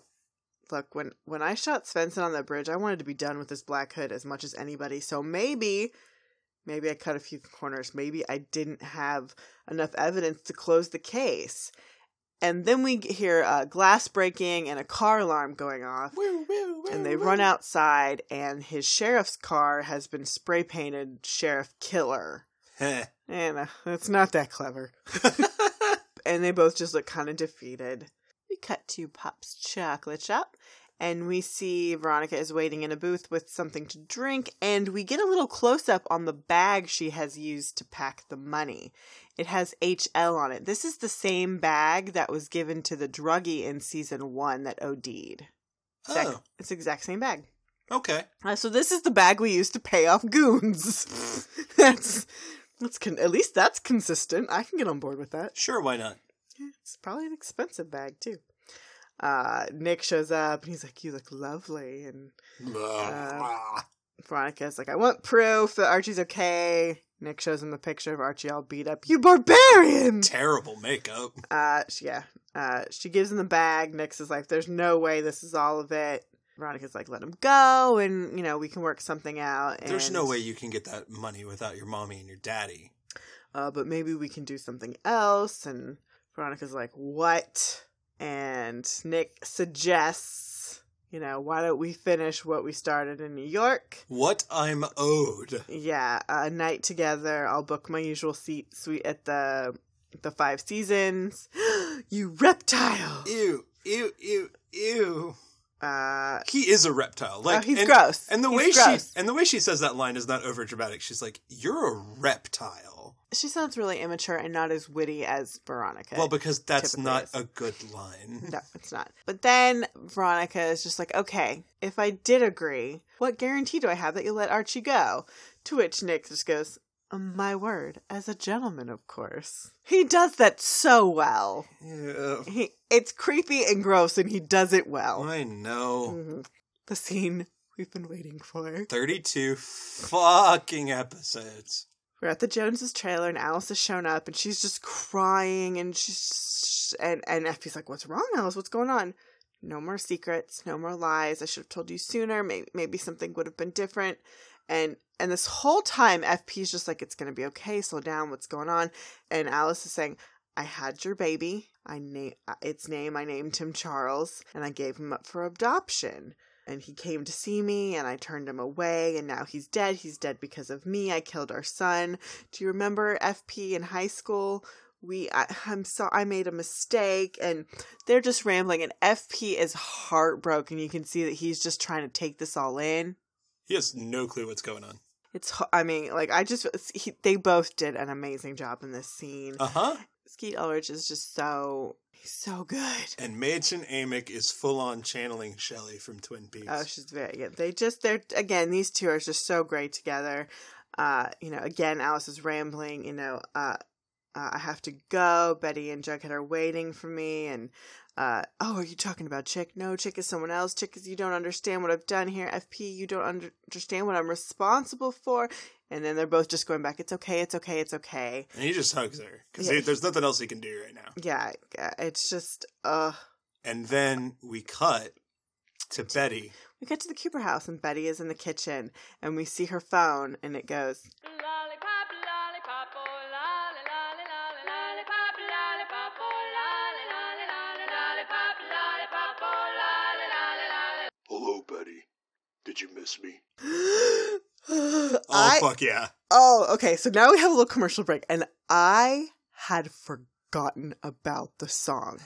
Speaker 1: look, when, when I shot Svensson on that bridge, I wanted to be done with this Black Hood as much as anybody. So maybe, maybe I cut a few corners. Maybe I didn't have enough evidence to close the case. And then we hear uh, glass breaking and a car alarm going off
Speaker 2: Woo, woo, woo,
Speaker 1: and they
Speaker 2: woo.
Speaker 1: run outside and his sheriff's car has been spray painted sheriff killer
Speaker 2: Heh.
Speaker 1: and uh, it's not that clever and they both just look kind of defeated we cut to pop's chocolate shop and we see veronica is waiting in a booth with something to drink and we get a little close up on the bag she has used to pack the money it has hl on it this is the same bag that was given to the druggie in season one that od'd Exact-
Speaker 2: oh,
Speaker 1: it's the exact same bag
Speaker 2: okay.
Speaker 1: uh, so this is the bag we used to pay off goons. that's that's con- at least that's consistent. I can get on board with that.
Speaker 2: Sure, why not?
Speaker 1: It's probably an expensive bag too. Uh, Nick shows up and he's like, "You look lovely," and Uh, Veronica's like, "I want proof that Archie's okay." Nick shows him the picture of Archie all beat up. You barbarian!
Speaker 2: Terrible makeup.
Speaker 1: Uh, sh- yeah. Uh, she gives him the bag. Nix is like, "There's no way this is all of it." Veronica's like, "Let him go, and you know we can work something out." And,
Speaker 2: There's no way you can get that money without your mommy and your daddy.
Speaker 1: uh, but maybe we can do something else. And Veronica's like, what? And Nick suggests, you know, why don't we finish what we started in New York?
Speaker 2: What I'm owed.
Speaker 1: Yeah, a night together. I'll book my usual seat suite at the the Five Seasons. you reptile.
Speaker 2: Ew, ew, ew, ew.
Speaker 1: Uh,
Speaker 2: He is a reptile.
Speaker 1: like,
Speaker 2: Like
Speaker 1: Oh, he's
Speaker 2: and,
Speaker 1: gross.
Speaker 2: and the
Speaker 1: He's
Speaker 2: way
Speaker 1: gross.
Speaker 2: she and the way she says that line is not over dramatic. She's like, "You're a reptile."
Speaker 1: she sounds really immature and not as witty as Veronica.
Speaker 2: Well, because that's
Speaker 1: Typically
Speaker 2: not
Speaker 1: is.
Speaker 2: a good line.
Speaker 1: No, it's not. But then Veronica is just like, okay, if I did agree, what guarantee do I have that you'll let Archie go? To which Nick just goes, "Um, my word, as a gentleman, of course. He does that so well.
Speaker 2: Yeah.
Speaker 1: He, it's creepy and gross, and he does it well.
Speaker 2: I know.
Speaker 1: Mhm. The scene we've been waiting for.
Speaker 2: 32 fucking episodes.
Speaker 1: We're at the Joneses' trailer, and Alice has shown up, and she's just crying, and she's and and Effie's like, "What's wrong, Alice? What's going on? No more secrets, no more lies. I should have told you sooner. Maybe maybe something would have been different." And and this whole time, FP's just like, "It's gonna be okay. Slow down. What's going on?" And Alice is saying, "I had your baby. I name its name. I named him Charles, and I gave him up for adoption." and he came to see me and I turned him away and now he's dead. He's dead because of me. I killed our son. Do you remember FP in high school? We I, I'm so I made a mistake and they're just rambling and FP is heartbroken. You can see that he's just trying to take this all in.
Speaker 2: He has no clue what's going on.
Speaker 1: It's h- I mean like I just he, they both did an amazing job in this scene.
Speaker 2: Uh huh.
Speaker 1: Skeet Ulrich is just so he's so good.
Speaker 2: And Machen Amick is full on channeling Shelley from Twin Peaks.
Speaker 1: Oh, she's very good. They just they're again, these two are just so great together. Uh, you know, again, Alice is rambling, you know, uh, uh I have to go. Betty and Jughead are waiting for me and uh oh, are you talking about Chick? No, Chick is someone else. Chick is you don't understand what I've done here. FP, you don't under- understand what I'm responsible for. And then they're both just going back, it's okay, it's okay, it's okay.
Speaker 2: and he just hugs her because
Speaker 1: Yeah.
Speaker 2: there's nothing else he can do right now.
Speaker 1: Yeah, yeah, it's just uh
Speaker 2: And then we cut to Betty.
Speaker 1: we get to the Cooper house and Betty is in the kitchen and we see her phone and it goes
Speaker 3: Lollipop, lollipop, oh, lolly, lolly, lolly, lollipop, lollipop, oh, lolly, lolly, lolly, lollipop, lollipop, oh, lolly, lolly, lolly.
Speaker 4: Hello, Betty. Did you miss me?
Speaker 1: oh,
Speaker 2: Oh,
Speaker 1: I,
Speaker 2: fuck yeah.
Speaker 1: oh, okay. So now we have a little commercial break, and I had forgotten about the song.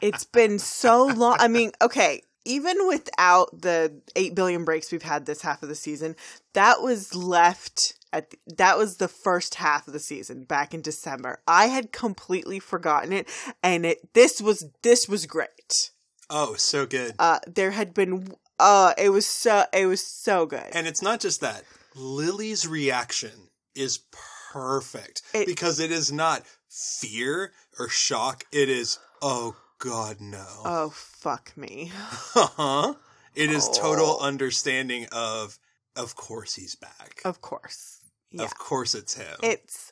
Speaker 1: It's been so long. I mean, okay, even without the 8 billion breaks we've had this half of the season, that was left at the, that was the first half of the season back in December. I had completely forgotten it and it this was this was great.
Speaker 2: oh, so good.
Speaker 1: Uh there had been uh it was so it was so good.
Speaker 2: and it's not just that. Lily's reaction is perfect
Speaker 1: It-
Speaker 2: because it is not fear or shock. It is, oh, God, no.
Speaker 1: Oh fuck me.
Speaker 2: Uh-huh. It is total
Speaker 1: Oh.
Speaker 2: understanding of Of course he's back.
Speaker 1: Of course. Yeah.
Speaker 2: Of course it's him.
Speaker 4: oh.
Speaker 1: It's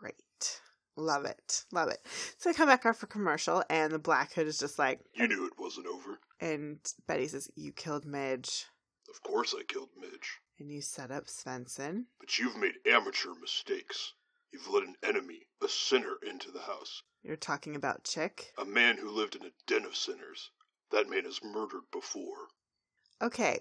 Speaker 1: great. Love it. Love it. So they come back off for commercial, and the Black Hood is just like,
Speaker 4: You knew it wasn't over.
Speaker 1: and Betty says, You killed Midge,
Speaker 4: Of course I killed Midge.
Speaker 1: and you set up Svensson.
Speaker 4: But you've made amateur mistakes. You've let an enemy, a sinner, into the house.
Speaker 1: You're talking about Chick.
Speaker 4: A man who lived in a den of sinners. That man is murdered before.
Speaker 1: Okay.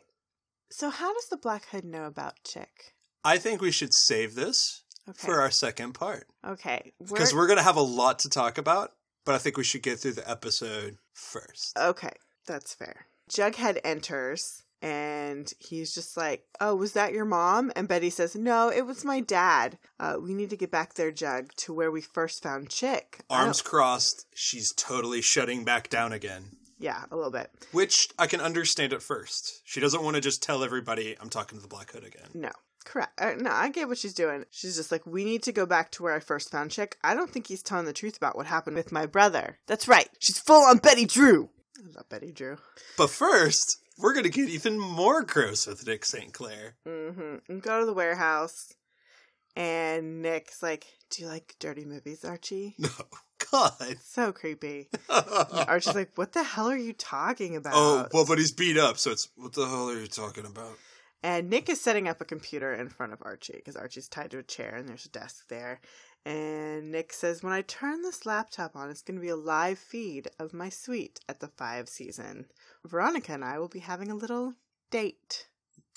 Speaker 1: So how does the Black Hood know about Chick?
Speaker 2: I think we should save this
Speaker 1: Okay.
Speaker 2: for our second part
Speaker 1: okay.
Speaker 2: because we're going to have a lot to talk about, but I think we should get through the episode first.
Speaker 1: Okay, that's fair. Jughead enters and he's just like, Oh, was that your mom? And Betty says, No, it was my dad. Uh, we need to get back there, Jug, to where we first found Chick. I
Speaker 2: Arms
Speaker 1: don't-
Speaker 2: crossed, she's totally shutting back down again.
Speaker 1: Yeah, a little bit.
Speaker 2: Which I can understand at first. She doesn't want to just tell everybody I'm talking to the Black Hood again.
Speaker 1: No. Correct. Uh, no, I get what she's doing. She's just like, we need to go back to where I first found Chick. I don't think he's telling the truth about what happened with my brother. That's right. She's full on Betty Drew. I love Betty Drew.
Speaker 2: But first, we're going to get even more gross with Nick St. Clair.
Speaker 1: Mm-hmm. And go to the warehouse. And Nick's like, Do you like dirty movies, Archie?
Speaker 2: No, God.
Speaker 1: So creepy. Archie's like, What the hell are you talking about?
Speaker 2: oh, well, but he's beat up, so it's what the hell are you talking about?
Speaker 1: And Nick is setting up a computer in front of Archie because Archie's tied to a chair and there's a desk there. And Nick says, When I turn this laptop on, it's going to be a live feed of my suite at the five season. Veronica and I will be having a little date.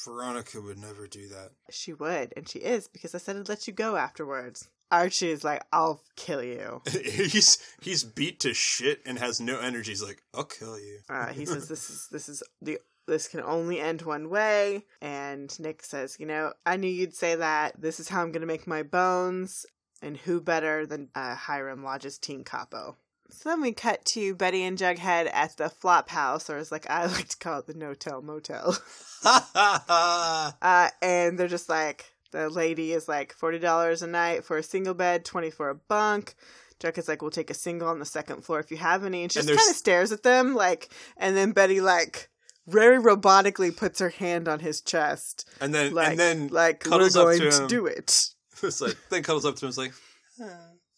Speaker 2: Veronica would never do that.
Speaker 1: She would, and she is because I said I'd let you go afterwards. Archie is like, I'll kill you.
Speaker 2: he's he's beat to shit and has no energy. He's like, I'll kill you.
Speaker 1: Uh, he says this is this is the this can only end one way. And Nick says, you know, I knew you'd say that. This is how I'm going to make my bones. And who better than uh, Hiram Lodge's teen capo? So then we cut to Betty and Jughead at the Flop House, or as like I like to call it, the No Tell Motel. Uh, and they're just like, the lady is like $40 a night for a single bed, 20 for a bunk. Jughead's like, we'll take a single on the second floor if you have any. And she just
Speaker 2: And there's-
Speaker 1: kind of stares at them, like, and then Betty, like, very robotically puts her hand on his chest.
Speaker 2: and then
Speaker 1: Like,
Speaker 2: and then
Speaker 1: like we're
Speaker 2: cuddles up
Speaker 1: going
Speaker 2: to
Speaker 1: to,
Speaker 2: him.
Speaker 1: do it.
Speaker 2: it's like then cuddles up to him. It's like.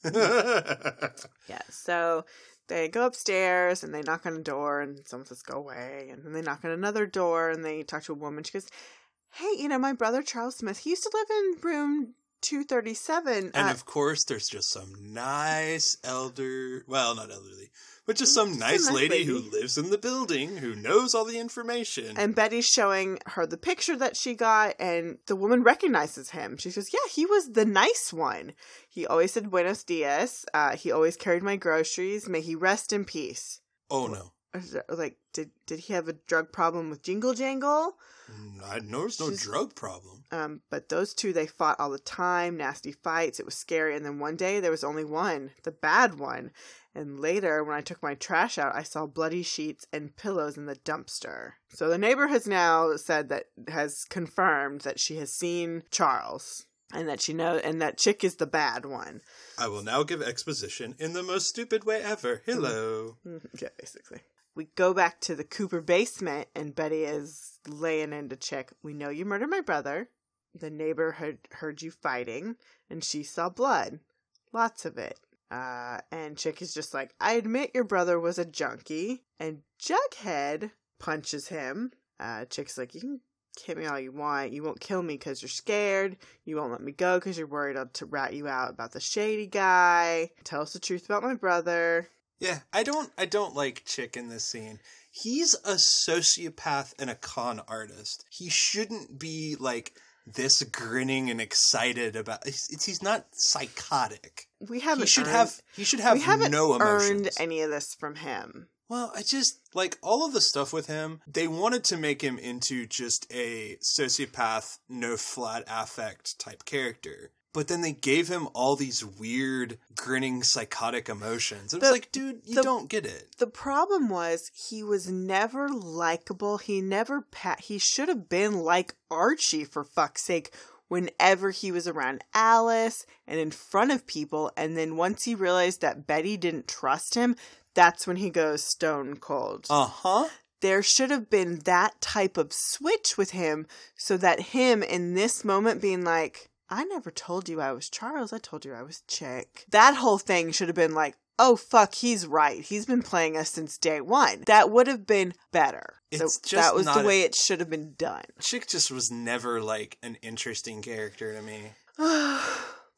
Speaker 2: "Huh."
Speaker 1: Yeah, so they go upstairs and they knock on a door and someone says, go away. And then they knock on another door and they talk to a woman. She goes, hey, you know, my brother Charles Smith, he used to live in room 237.
Speaker 2: And
Speaker 1: uh,
Speaker 2: of course, there's just some nice elder, well, not elderly, but just some nice,
Speaker 1: nice
Speaker 2: lady, who
Speaker 1: lady.
Speaker 2: lives in the building who knows all the information.
Speaker 1: And Betty's showing her the picture that she got, and the woman recognizes him. She says, Yeah, he was the nice one. He always said buenos dias. Uh, he always carried my groceries. May he rest in peace.
Speaker 2: oh no,
Speaker 1: Is that- Like, did, did he have a drug problem with Jingle Jangle?
Speaker 2: Mm, I know there's no
Speaker 1: She's-
Speaker 2: drug problem.
Speaker 1: Um, but those two, they fought all the time, nasty fights. It was scary. And then one day, there was only one, the bad one. And later, when I took my trash out, I saw bloody sheets and pillows in the dumpster. So the neighbor has now said that, has confirmed that she has seen Charles and that she knows, and that Chick is the bad one.
Speaker 2: I will now give exposition in the most stupid way ever. Hello.
Speaker 1: Mhm. Yeah, basically. We go back to the Cooper basement, and Betty is laying into Chick. We know you murdered my brother. The neighbor heard, heard you fighting, and she saw blood. Lots of it. Uh, and Chick is just like, I admit your brother was a junkie. And Jughead punches him. Uh, Chick's like, You can hit me all you want. You won't kill me because you're scared. You won't let me go because you're worried I'll to rat you out about the shady guy. Tell us the truth about my brother.
Speaker 2: Yeah, I don't, I don't like Chick in this scene. He's a sociopath and a con artist. He shouldn't be like this grinning and excited about. He's, it's- he's not psychotic.
Speaker 1: we haven't
Speaker 2: he should
Speaker 1: earned,
Speaker 2: have he should have
Speaker 1: we haven't
Speaker 2: no
Speaker 1: earned
Speaker 2: emotions.
Speaker 1: any of this from him.
Speaker 2: well, I just like all of the stuff with him. They wanted to make him into just a sociopath, no flat affect type character. But then they gave him all these weird, grinning, psychotic emotions. It was
Speaker 1: The-
Speaker 2: like, dude, you
Speaker 1: the-
Speaker 2: don't get it.
Speaker 1: The problem was he was never likable. He never pa- he should have been like Archie for fuck's sake whenever he was around Alice and in front of people and then once he realized that Betty didn't trust him, that's when he goes stone cold.
Speaker 2: Uh huh.
Speaker 1: There should have been that type of switch with him so that him in this moment being like, I never told you I was Charles, I told you I was Chick. That whole thing should have been like, oh fuck, he's right. He's been playing us since day one. That would have been better. So
Speaker 2: It's just
Speaker 1: that was the
Speaker 2: not a-
Speaker 1: way it should have been done.
Speaker 2: Chick just was never like an interesting character to me.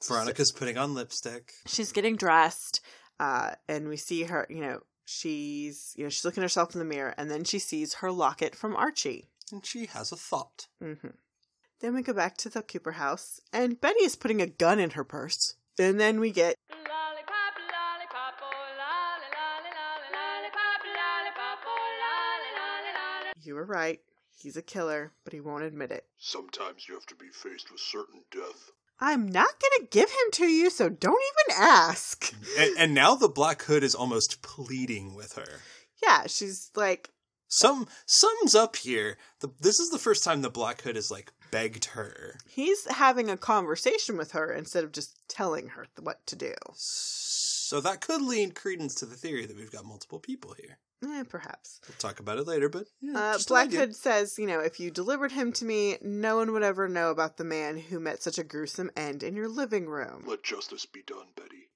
Speaker 2: Veronica's putting on lipstick.
Speaker 1: she's getting dressed uh and we see her you know she's you know she's looking at herself in the mirror and then she sees her locket from archie
Speaker 2: And she has a thought.
Speaker 1: hmm then we go back to the cooper house and betty is putting a gun in her purse and then we get
Speaker 3: Lollipop, lollipop, oh, lolly, lolly, lolly, lollipop, lollipop, oh, lolly, lolly, lolly.
Speaker 1: you were right he's a killer but he won't admit it
Speaker 4: Sometimes you have to be faced with certain death.
Speaker 1: i'm not gonna give him to you so don't even ask
Speaker 2: And, and now the Black Hood is almost pleading with her.
Speaker 1: yeah she's like
Speaker 2: Some sums up here. The, this is the first time the Black Hood has like begged her.
Speaker 1: he's having a conversation with her instead of just telling her th- what to do
Speaker 2: So that could lead credence to the theory that we've got multiple people here.
Speaker 1: eh, perhaps
Speaker 2: We'll talk about it later, but yeah,
Speaker 1: Uh,
Speaker 2: Hmm, just an
Speaker 1: Black
Speaker 2: idea.
Speaker 1: Hood says, you know, if you delivered him to me, no one would ever know about the man who met such a gruesome end in your living room.
Speaker 4: Let justice be done, Betty.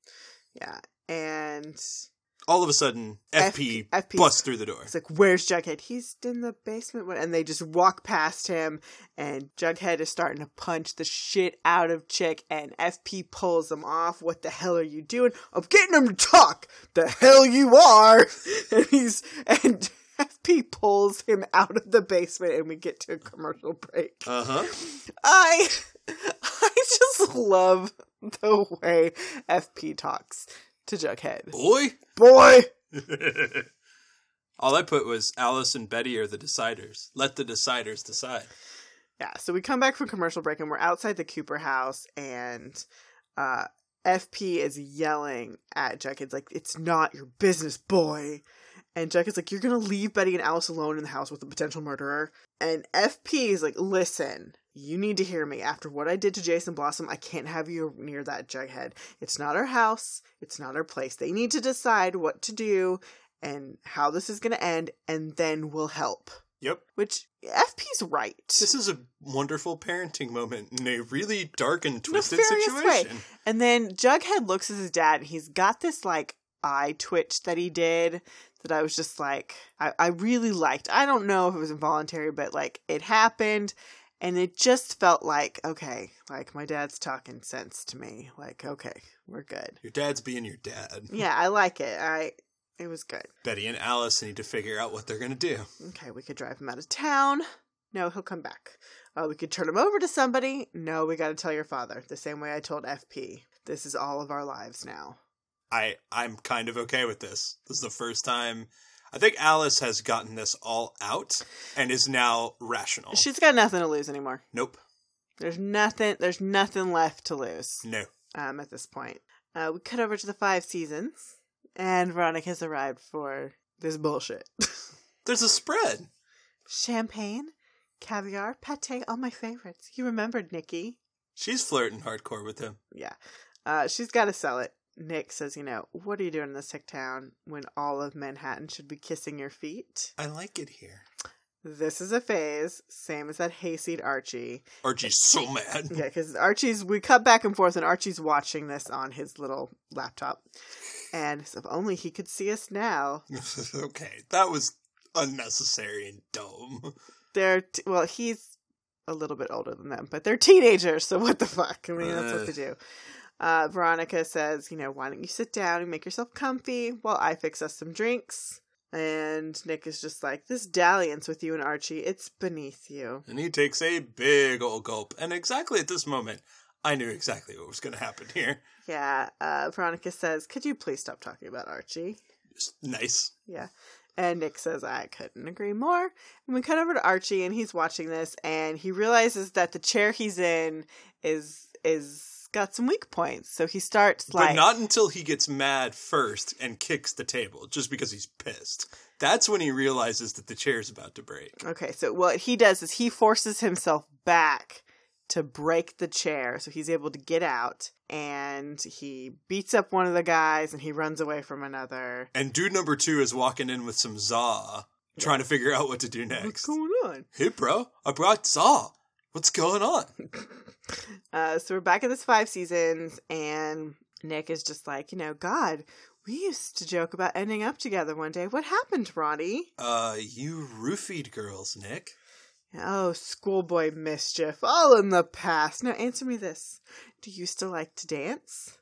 Speaker 1: Yeah. And it's
Speaker 2: All of a sudden, FP,
Speaker 1: FP FP.
Speaker 2: busts through the door.
Speaker 1: like, where's Jughead? He's in the basement. What- And they just walk past him, and Jughead is starting to punch the shit out of Chick, and FP pulls him off. What the hell are you doing? I'm getting him to talk. The hell you are. And he's, and FP pulls him out of the basement, and we get to a commercial break.
Speaker 2: Uh huh.
Speaker 1: I I just love the way FP talks to Jughead.
Speaker 2: Boy.
Speaker 1: Boy,
Speaker 2: All I put was Alice and Betty are the deciders. Let the deciders decide.
Speaker 1: yeah. So we come back from commercial break and we're outside the Cooper house, and uh, FP is yelling at Jughead's like, "It's not your business, boy." And Jughead's like, "You're gonna leave Betty and Alice alone in the house with a potential murderer." And FP is like, "Listen." You need to hear me. After what I did to Jason Blossom, I can't have you near that jughead. It's not our house. It's not our place. They need to decide what to do and how this is going to end, and then we'll help.
Speaker 2: Yep.
Speaker 1: Which FP's right.
Speaker 2: This is a wonderful parenting moment in a really dark and twisted
Speaker 1: Nefarious
Speaker 2: situation.
Speaker 1: way. And then Jughead looks at his dad, and he's got this like eye twitch that he did that I was just like, I, I really liked. I don't know if it was involuntary, but like it happened. And it just felt like, okay, like my dad's talking sense to me. Like, okay, we're good.
Speaker 2: Your dad's being your dad.
Speaker 1: Yeah, I like it. I, it was good.
Speaker 2: Betty and Alice need to figure out what they're going to do.
Speaker 1: Okay, we could drive him out of town. No, he'll come back. Uh, we could turn him over to somebody. No, we got to tell your father. The same way I told FP. This is all of our lives now.
Speaker 2: I I'm kind of okay with this. This is the first time I think Alice has gotten this all out and is now rational.
Speaker 1: She's got nothing to lose anymore.
Speaker 2: nope.
Speaker 1: There's nothing. There's nothing left to lose.
Speaker 2: No.
Speaker 1: Um, at this point, uh, we cut over to the five seasons, and Veronica's arrived for this bullshit.
Speaker 2: There's a spread.
Speaker 1: Champagne, caviar, pate, all my favorites. You remembered, Nikki.
Speaker 2: She's flirting hardcore with him.
Speaker 1: yeah. Uh, she's got to sell it. Nick says, you know, what are you doing in this hick town when all of Manhattan should be kissing your feet?
Speaker 2: I like it here.
Speaker 1: This is a phase, same as that hayseed Archie.
Speaker 2: Archie's so mad.
Speaker 1: Yeah, because Archie's, we cut back and forth, and Archie's watching this on his little laptop. And so if only he could see us now.
Speaker 2: okay. That was unnecessary and dumb.
Speaker 1: They're, t- well, he's a little bit older than them, but they're teenagers, so what the fuck? I mean, that's what they do. Uh, Veronica says, you know, why don't you sit down and make yourself comfy while I fix us some drinks? And Nick is just like, this dalliance with you and Archie, it's beneath you.
Speaker 2: And he takes a big old gulp. And exactly at this moment, I knew exactly what was going to happen here.
Speaker 1: Yeah. Uh, Veronica says, could you please stop talking about Archie?
Speaker 2: Just nice.
Speaker 1: Yeah. And Nick says, I couldn't agree more. And we cut over to Archie and he's watching this and he realizes that the chair he's in is is got some weak points. So he starts like
Speaker 2: But not until he gets mad first and kicks the table, just because he's pissed. That's when he realizes that the chair's about to break.
Speaker 1: Okay, so what he does is he forces himself back to break the chair so he's able to get out and he beats up one of the guys and he runs away from another.
Speaker 2: And dude number two is walking in with some za trying to figure out what to do next.
Speaker 1: What's going on?
Speaker 2: Hey, bro, I brought Saw. What's going on?
Speaker 1: Uh, so we're back in this five seasons, and Nick is just like, you know, God, we used to joke about ending up together one day. What happened, Ronnie?
Speaker 2: Uh, you roofied girls, Nick.
Speaker 1: Oh, schoolboy mischief, all in the past. Now answer me this: Do you still like to dance?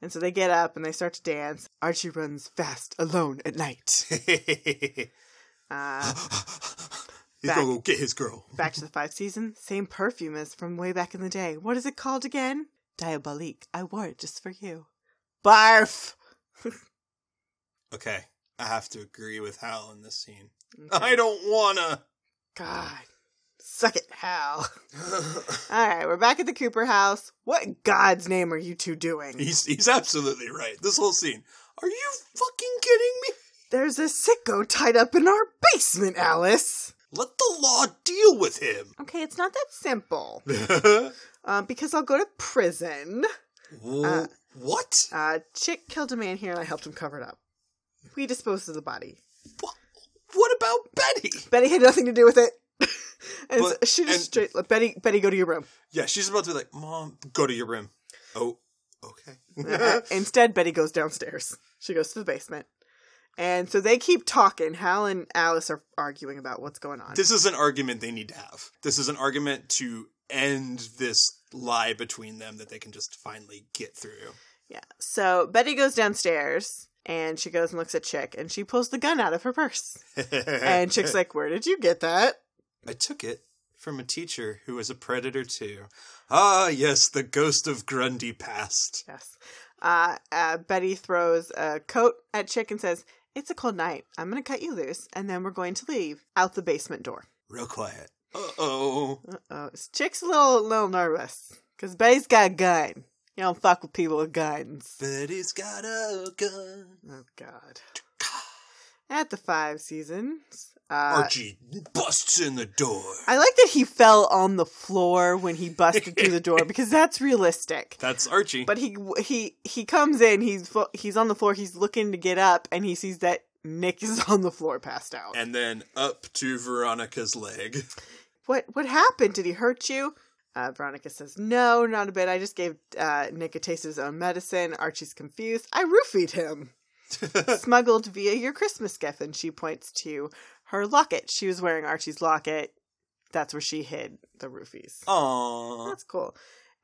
Speaker 1: And so they get up and they start to dance. Archie runs fast alone at night. Uh,
Speaker 2: He's gonna go get his girl.
Speaker 1: back to the five season, same perfume as from way back in the day. What is it called again? Diabolique. I wore it just for you. Barf.
Speaker 2: Okay, I have to agree with Hal in this scene. I don't wanna.
Speaker 1: God. Suck it, Hal. All right, we're back at the Cooper house. What in God's name are you two doing?
Speaker 2: he's he's absolutely right. This whole scene. Are you fucking kidding me?
Speaker 1: There's a sicko tied up in our basement, Alice.
Speaker 2: Let the law deal with him.
Speaker 1: Okay, it's not that simple. Um, because I'll go to prison.
Speaker 2: Wh- what?
Speaker 1: Uh, chick killed a man here and I helped him cover it up. We disposed of the body.
Speaker 2: Wh- What about Betty?
Speaker 1: Betty had nothing to do with it. and so
Speaker 2: But-
Speaker 1: she just
Speaker 2: and-
Speaker 1: straight like, Betty Betty go to your room.
Speaker 2: Yeah, she's about to be like, Mom, go to your room. Oh, okay.
Speaker 1: Uh, instead, Betty goes downstairs. She goes to the basement. And so they keep talking. Hal and Alice are arguing about what's going on.
Speaker 2: this is an argument they need to have. This is an argument to end this lie between them that they can just finally get through.
Speaker 1: yeah. So Betty goes downstairs and she goes and looks at Chick and she pulls the gun out of her purse. And Chick's like, Where did you get that?
Speaker 2: I took it from a teacher who was a predator too. Ah, yes, the ghost of Grundy passed.
Speaker 1: Yes. Uh, uh, Betty throws a coat at Chick and says, It's a cold night. I'm going to cut you loose and then we're going to leave out the basement door.
Speaker 2: Real quiet. Uh oh.
Speaker 1: Uh-oh. Chick's a little, little nervous because Betty's got a gun. You don't fuck with people with guns.
Speaker 2: Betty's got a gun.
Speaker 1: Oh God. At the five seasons, uh,
Speaker 2: Archie busts in the door.
Speaker 1: I like that he fell on the floor when he busted through the door because that's realistic.
Speaker 2: That's Archie.
Speaker 1: But he he he comes in. He's fo- he's on the floor. He's looking to get up, and he sees that Nick is on the floor, passed out.
Speaker 2: and then up to Veronica's leg.
Speaker 1: what what happened? Did he hurt you? Uh, Veronica says, "No, not a bit. I just gave uh, Nick a taste of his own medicine." Archie's confused. I roofied him, smuggled via your Christmas gift, and she points to her locket. She was wearing Archie's locket. That's where she hid the roofies.
Speaker 2: Aww.
Speaker 1: That's cool.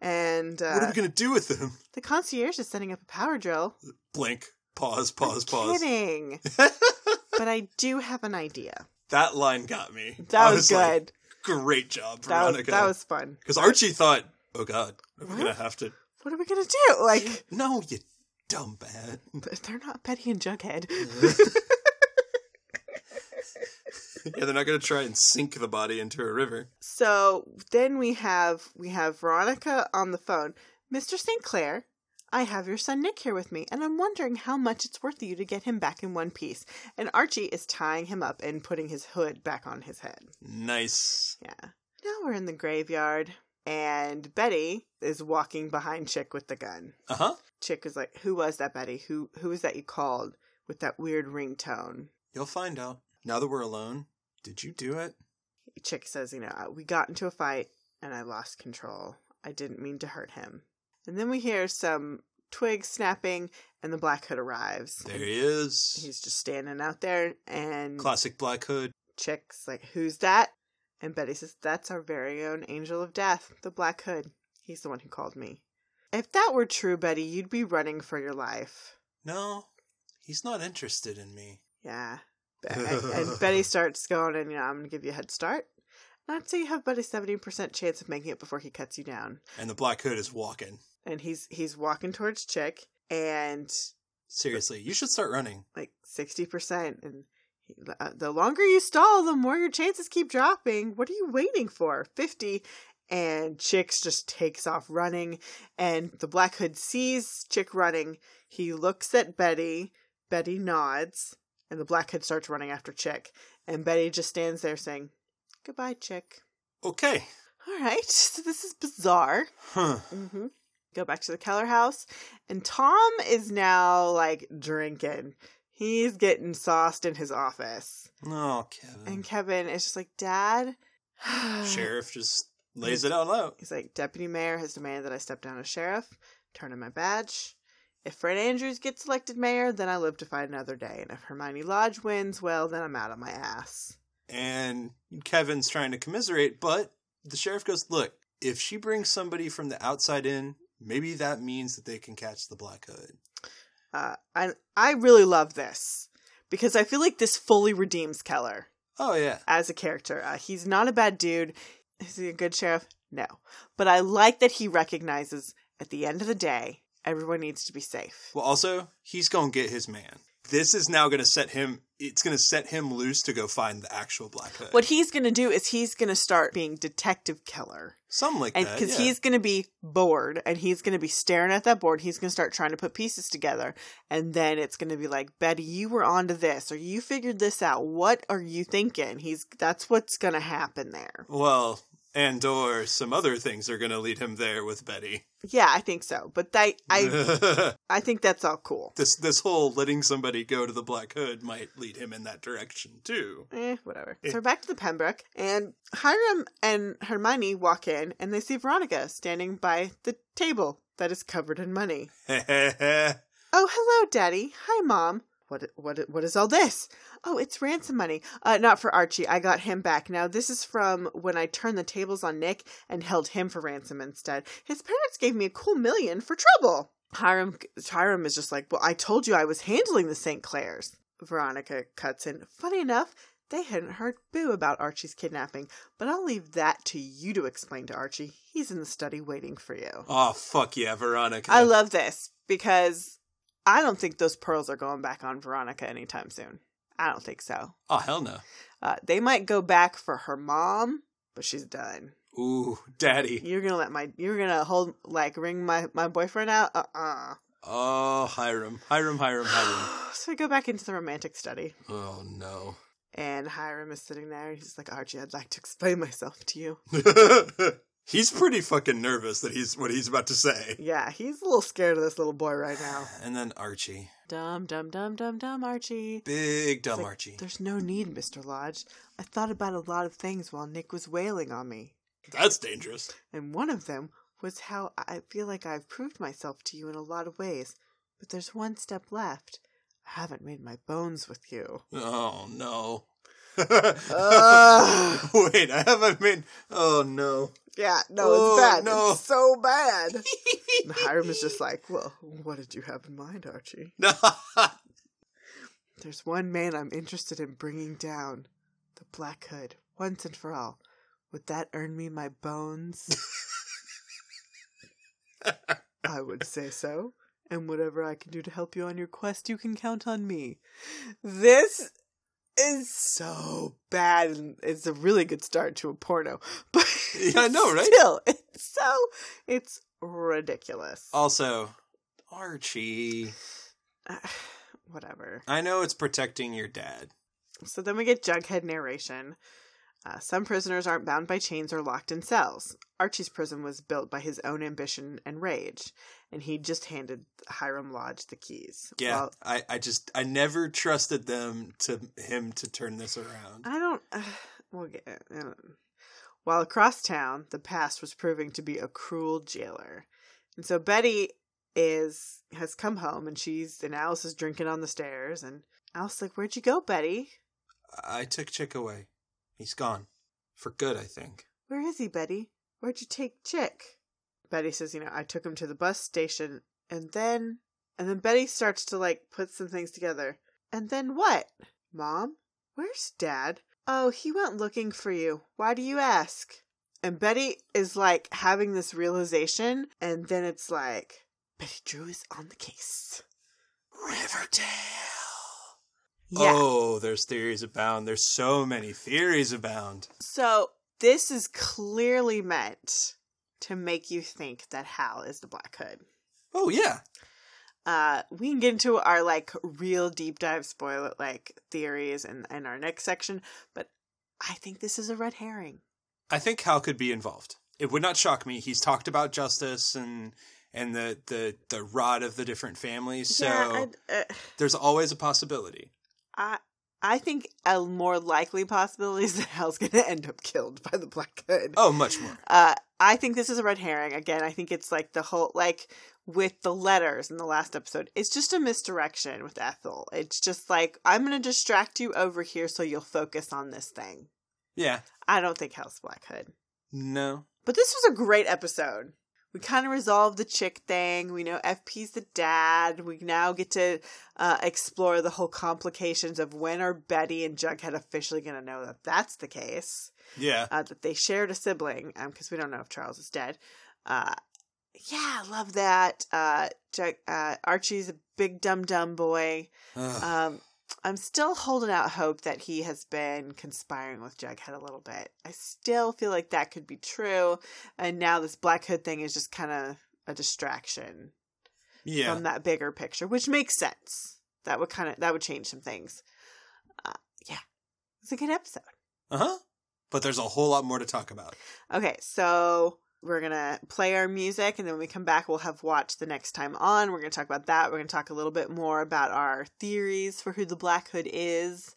Speaker 1: And
Speaker 2: What are
Speaker 1: uh,
Speaker 2: we gonna do with them?
Speaker 1: the concierge is setting up a power drill.
Speaker 2: Blink. Pause. Pause. Pause.
Speaker 1: Kidding. but I do have an idea.
Speaker 2: That line got me.
Speaker 1: That
Speaker 2: I
Speaker 1: was, good.
Speaker 2: like, Great job,
Speaker 1: that was
Speaker 2: Veronica.
Speaker 1: that was fun.
Speaker 2: because Archie thought, "Oh God, we're
Speaker 1: What?
Speaker 2: gonna have to."
Speaker 1: What are we gonna do? Like.
Speaker 2: No, you dumb bat.
Speaker 1: But They're not Betty and Jughead.
Speaker 2: Mm-hmm. yeah, they're not gonna try and sink the body into a river.
Speaker 1: so then we have we have Veronica on the phone. Mr. St. Clair, I have your son Nick here with me, and I'm wondering how much it's worth to you to get him back in one piece. And Archie is tying him up and putting his hood back on his head.
Speaker 2: Nice.
Speaker 1: Yeah. Now we're in the graveyard, and Betty is walking behind Chick with the gun.
Speaker 2: Uh huh.
Speaker 1: Chick is like, "Who was that, Betty? Who who was that you called with that weird ringtone?"
Speaker 2: You'll find out. Now that we're alone, did you do it?
Speaker 1: Chick says, you know, uh, we got into a fight and I lost control. I didn't mean to hurt him. And then we hear some twigs snapping and the Black Hood arrives.
Speaker 2: There he is.
Speaker 1: He's just standing out there and
Speaker 2: Classic Black Hood.
Speaker 1: Chick's like, who's that? And Betty says, that's our very own angel of death, the Black Hood. He's the one who called me. If that were true, Betty, you'd be running for your life.
Speaker 2: No, he's not interested in me.
Speaker 1: Yeah. and, and Betty starts going, and you know, I'm going to give you a head start. Not so you have about a 70% chance of making it before he cuts you down.
Speaker 2: And the Black Hood is walking.
Speaker 1: and he's he's walking towards Chick, and
Speaker 2: Seriously, you should start running.
Speaker 1: like sixty percent, and he, uh, the longer you stall, the more your chances keep dropping. What are you waiting for? Fifty, and Chick's just takes off running, and the Black Hood sees Chick running. He looks at Betty. Betty nods, and the Black Hood starts running after Chick, and Betty just stands there saying, "Goodbye, Chick."
Speaker 2: Okay.
Speaker 1: All right, so this is bizarre.
Speaker 2: Huh.
Speaker 1: Mm-hmm. Go back to the Keller house, and Tom is now like drinking. He's getting sauced in his office.
Speaker 2: Oh, Kevin.
Speaker 1: And Kevin is just like, Dad.
Speaker 2: Sheriff just lays it all out.
Speaker 1: He's like, Deputy Mayor has demanded that I step down as sheriff, turn in my badge. If Fred Andrews gets elected mayor, then I live to fight another day. And if Hermione Lodge wins, well, then I'm out on my ass.
Speaker 2: And Kevin's trying to commiserate, but the sheriff goes, Look, if she brings somebody from the outside in, maybe that means that they can catch the Black Hood.
Speaker 1: Uh, and I really love this because I feel like this fully redeems Keller
Speaker 2: Oh, yeah.
Speaker 1: as a character. Uh, he's not a bad dude. Is he a good sheriff? No. But I like that he recognizes at the end of the day, everyone needs to be safe.
Speaker 2: Well, also, he's going to get his man. This is now going to set him, it's going to set him loose to go find the actual Black Hood.
Speaker 1: What he's going to do is he's going to start being Detective Keller.
Speaker 2: Something like
Speaker 1: and
Speaker 2: that.
Speaker 1: because
Speaker 2: Uh, yeah.
Speaker 1: he's going to be bored and he's going to be staring at that board he's going to start trying to put pieces together and then it's going to be like betty you were onto this or you figured this out what are you thinking he's that's what's going to happen there
Speaker 2: Well, and or some other things are going to lead him there with Betty.
Speaker 1: yeah i think so but that i i think that's all cool
Speaker 2: this this whole letting somebody go to the Black Hood might lead him in that direction too.
Speaker 1: Eh, whatever. So we're back to the Pembroke, and Hiram and Hermione walk in, and they see Veronica standing by the table that is covered in money.
Speaker 2: That's
Speaker 1: Oh, hello, Daddy. Hi, Mom. What what what is all this? Oh, it's ransom money. Uh, not for Archie. I got him back. Now this is from when I turned the tables on Nick and held him for ransom instead. His parents gave me a cool million for trouble. Hiram Hiram is just like, well, I told you I was handling the St. Clairs. Veronica cuts in. Funny enough, they hadn't heard boo about Archie's kidnapping, but I'll leave that to you to explain to Archie. He's in the study waiting for you.
Speaker 2: Oh fuck yeah, Veronica.
Speaker 1: I love this because I don't think those pearls are going back on Veronica anytime soon. I don't think so.
Speaker 2: oh hell no.
Speaker 1: Uh, they might go back for her mom, but she's done.
Speaker 2: Ooh, daddy.
Speaker 1: You're gonna let my you're gonna hold like ring my my boyfriend out. Uh uh
Speaker 2: Oh Hiram, Hiram, Hiram, Hiram.
Speaker 1: So we go back into the romantic study,
Speaker 2: Oh no.
Speaker 1: and Hiram is sitting there, and he's like, Archie, I'd like to explain myself to you.
Speaker 2: he's pretty fucking nervous that he's what he's about to say.
Speaker 1: Yeah, he's a little scared of this little boy right now.
Speaker 2: And then Archie,
Speaker 1: Dumb, dumb, dumb, dumb, dumb, Archie.
Speaker 2: big dumb
Speaker 1: Like,
Speaker 2: Archie.
Speaker 1: There's no need, Mr. Lodge. I thought about a lot of things while Nick was wailing on me,
Speaker 2: That's dangerous.
Speaker 1: and one of them was how I feel like I've proved myself to you in a lot of ways, but there's one step left. I haven't made my bones with you.
Speaker 2: Oh no.
Speaker 1: Ugh.
Speaker 2: Wait, I haven't made. Oh no.
Speaker 1: Yeah, no,
Speaker 2: Oh,
Speaker 1: it's bad.
Speaker 2: no.
Speaker 1: It's so bad. and Hiram is just like, well, what did you have in mind, Archie? There's one man I'm interested in bringing down the Black Hood, once and for all. Would that earn me my bones? I would say so. And whatever I can do to help you on your quest, you can count on me. This is so bad. and It's a really good start to a porno. But
Speaker 2: Yeah, I know, right?
Speaker 1: Still, it's so. It's ridiculous.
Speaker 2: also, Archie.
Speaker 1: Whatever.
Speaker 2: I know it's protecting your dad.
Speaker 1: So then we get Jughead narration. Uh, some prisoners aren't bound by chains or locked in cells. Archie's prison was built by his own ambition and rage, and he just handed Hiram Lodge the keys.
Speaker 2: Yeah,
Speaker 1: Well,
Speaker 2: I, I just I never trusted them to him to turn this around.
Speaker 1: I don't. Uh, we'll get. I don't- While across town, the past was proving to be a cruel jailer, and so Betty is has come home, and she's and Alice is drinking on the stairs, and Alice's like, "Where'd you go, Betty?
Speaker 2: I took Chick away. He's gone for good, I think.
Speaker 1: Where is he, Betty? Where'd you take Chick? Betty says, you know, I took him to the bus station and then and then Betty starts to like put some things together. And then what? Mom? Where's dad? Oh, he went looking for you. Why do you ask? And Betty is like having this realization and then it's like Betty Drew is on the case.
Speaker 2: Riverdale.
Speaker 1: Yeah.
Speaker 2: Oh, there's theories abound. There's so many theories abound.
Speaker 1: So this is clearly meant to make you think that Hal is the Black Hood.
Speaker 2: Oh yeah.
Speaker 1: uh we can get into our like real deep dive spoiler like theories in, in our next section but i think this is a red herring
Speaker 2: I think Hal could be involved. It would not shock me. He's talked about justice and and the the the rod of the different families. So
Speaker 1: yeah, I, uh,
Speaker 2: there's always a possibility.
Speaker 1: I I think a more likely possibility is that Hal's going to end up killed by the Black Hood.
Speaker 2: Oh, much more.
Speaker 1: Uh, I think this is a red herring. Again, I think it's like the whole like with the letters in the last episode. It's just a misdirection with Ethel. It's just like I'm going to distract you over here so you'll focus on this thing.
Speaker 2: Yeah.
Speaker 1: I don't think House Black Hood.
Speaker 2: No.
Speaker 1: But this was a great episode. We kind of resolved the chick thing. We know FP's the dad. We now get to uh, explore the whole complications of when are Betty and Jughead officially going to know that that's the case,
Speaker 2: Yeah.
Speaker 1: uh, that they shared a sibling, because we don't know if Charles is dead. Uh, yeah, I love that. Uh, Jug- uh, Archie's a big dumb dumb boy.
Speaker 2: Ugh.
Speaker 1: Um, I'm still holding out hope that he has been conspiring with Jughead a little bit. I still feel like that could be true, and now this Black Hood thing is just kind of a distraction
Speaker 2: yeah.
Speaker 1: from that bigger picture, which makes sense. That would kind of that would change some things. Uh, yeah, it's a good episode.
Speaker 2: Uh huh. But there's a whole lot more to talk about.
Speaker 1: Okay, so we're gonna play our music, and then when we come back, we'll have watched the next time on. We're gonna talk about that. We're gonna talk a little bit more about our theories for who the Black Hood is.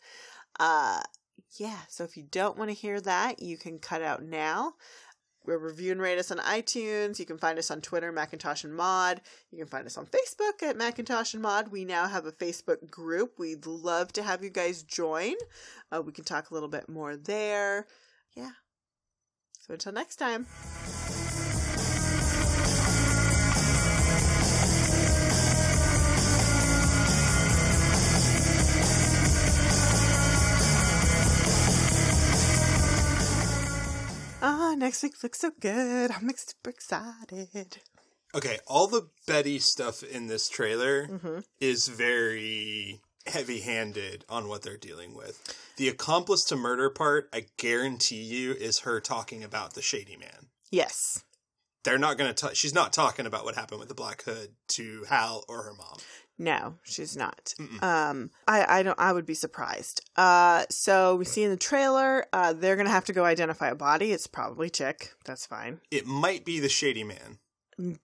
Speaker 1: Uh, yeah. So if you don't want to hear that, you can cut out now. We're review and rate us on iTunes. You can find us on Twitter, Macintosh and Mod. You can find us on Facebook at Macintosh and Mod. We now have a Facebook group. We'd love to have you guys join. Uh, we can talk a little bit more there. Yeah. So until next time. Ah, next week looks so good. I'm like, super excited.
Speaker 2: Okay, all the Betty stuff in this trailer
Speaker 1: Mhm.
Speaker 2: is very heavy handed on what they're dealing with. The accomplice to murder part, I guarantee you, is her talking about the shady man.
Speaker 1: Yes.
Speaker 2: They're not going to, she's not talking about what happened with the Black Hood to Hal or her mom.
Speaker 1: No, she's not.
Speaker 2: Mm-mm.
Speaker 1: Um, I, I don't. I would be surprised. Uh, so we see in the trailer, uh, they're gonna have to go identify a body. It's probably chick. That's fine.
Speaker 2: It might be the shady man.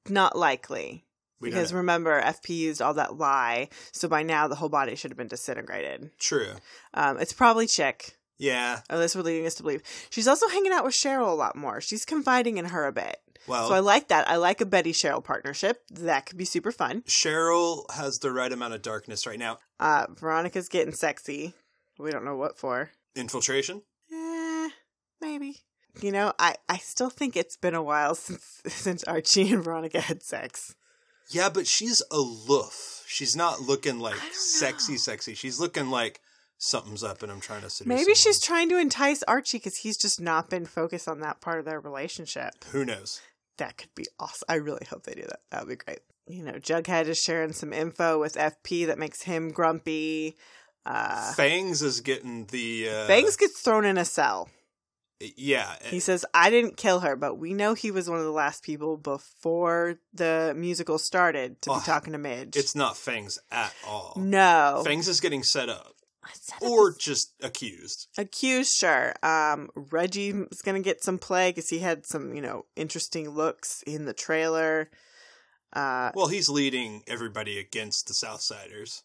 Speaker 1: Not likely.
Speaker 2: We don't
Speaker 1: because
Speaker 2: know.
Speaker 1: remember, FP used all that lie, so by now the whole body should have been disintegrated.
Speaker 2: True.
Speaker 1: Um, it's probably chick, Oh,
Speaker 2: Yeah.
Speaker 1: unless we're leading us to believe. She's also hanging out with Cheryl a lot more. She's confiding in her a bit.
Speaker 2: Well,
Speaker 1: So I like that. I like a Betty Cheryl partnership. That could be super fun.
Speaker 2: Cheryl has the right amount of darkness right now.
Speaker 1: Uh, Veronica's getting sexy. We don't know what for.
Speaker 2: Infiltration?
Speaker 1: Eh, maybe. You know, I, I still think it's been a while since since Archie and Veronica had sex.
Speaker 2: Yeah, but she's aloof. She's not looking like
Speaker 1: I don't know.
Speaker 2: sexy, sexy. She's looking like something's up, and I'm trying to seduce.
Speaker 1: Maybe
Speaker 2: someone.
Speaker 1: she's trying to entice Archie because he's just not been focused on that part of their relationship.
Speaker 2: Who knows?
Speaker 1: That could be awesome. I really hope they do that. That would be great. You know, Jughead is sharing some info with FP that makes him grumpy. Uh,
Speaker 2: Fangs is getting the uh, eh.
Speaker 1: Bangs gets thrown in a cell.
Speaker 2: Yeah,
Speaker 1: He says, I didn't kill her, but we know he was one of the last people before the musical started to
Speaker 2: Oh,
Speaker 1: be talking to Midge.
Speaker 2: it's not Fangs at all.
Speaker 1: no.
Speaker 2: Fangs is getting set up
Speaker 1: I said it
Speaker 2: or
Speaker 1: was-
Speaker 2: just accused.
Speaker 1: accused, sure. Um, Reggie's gonna get some play because he had some, you know, interesting looks in the trailer. Uh,
Speaker 2: Well, he's leading everybody against the Southsiders.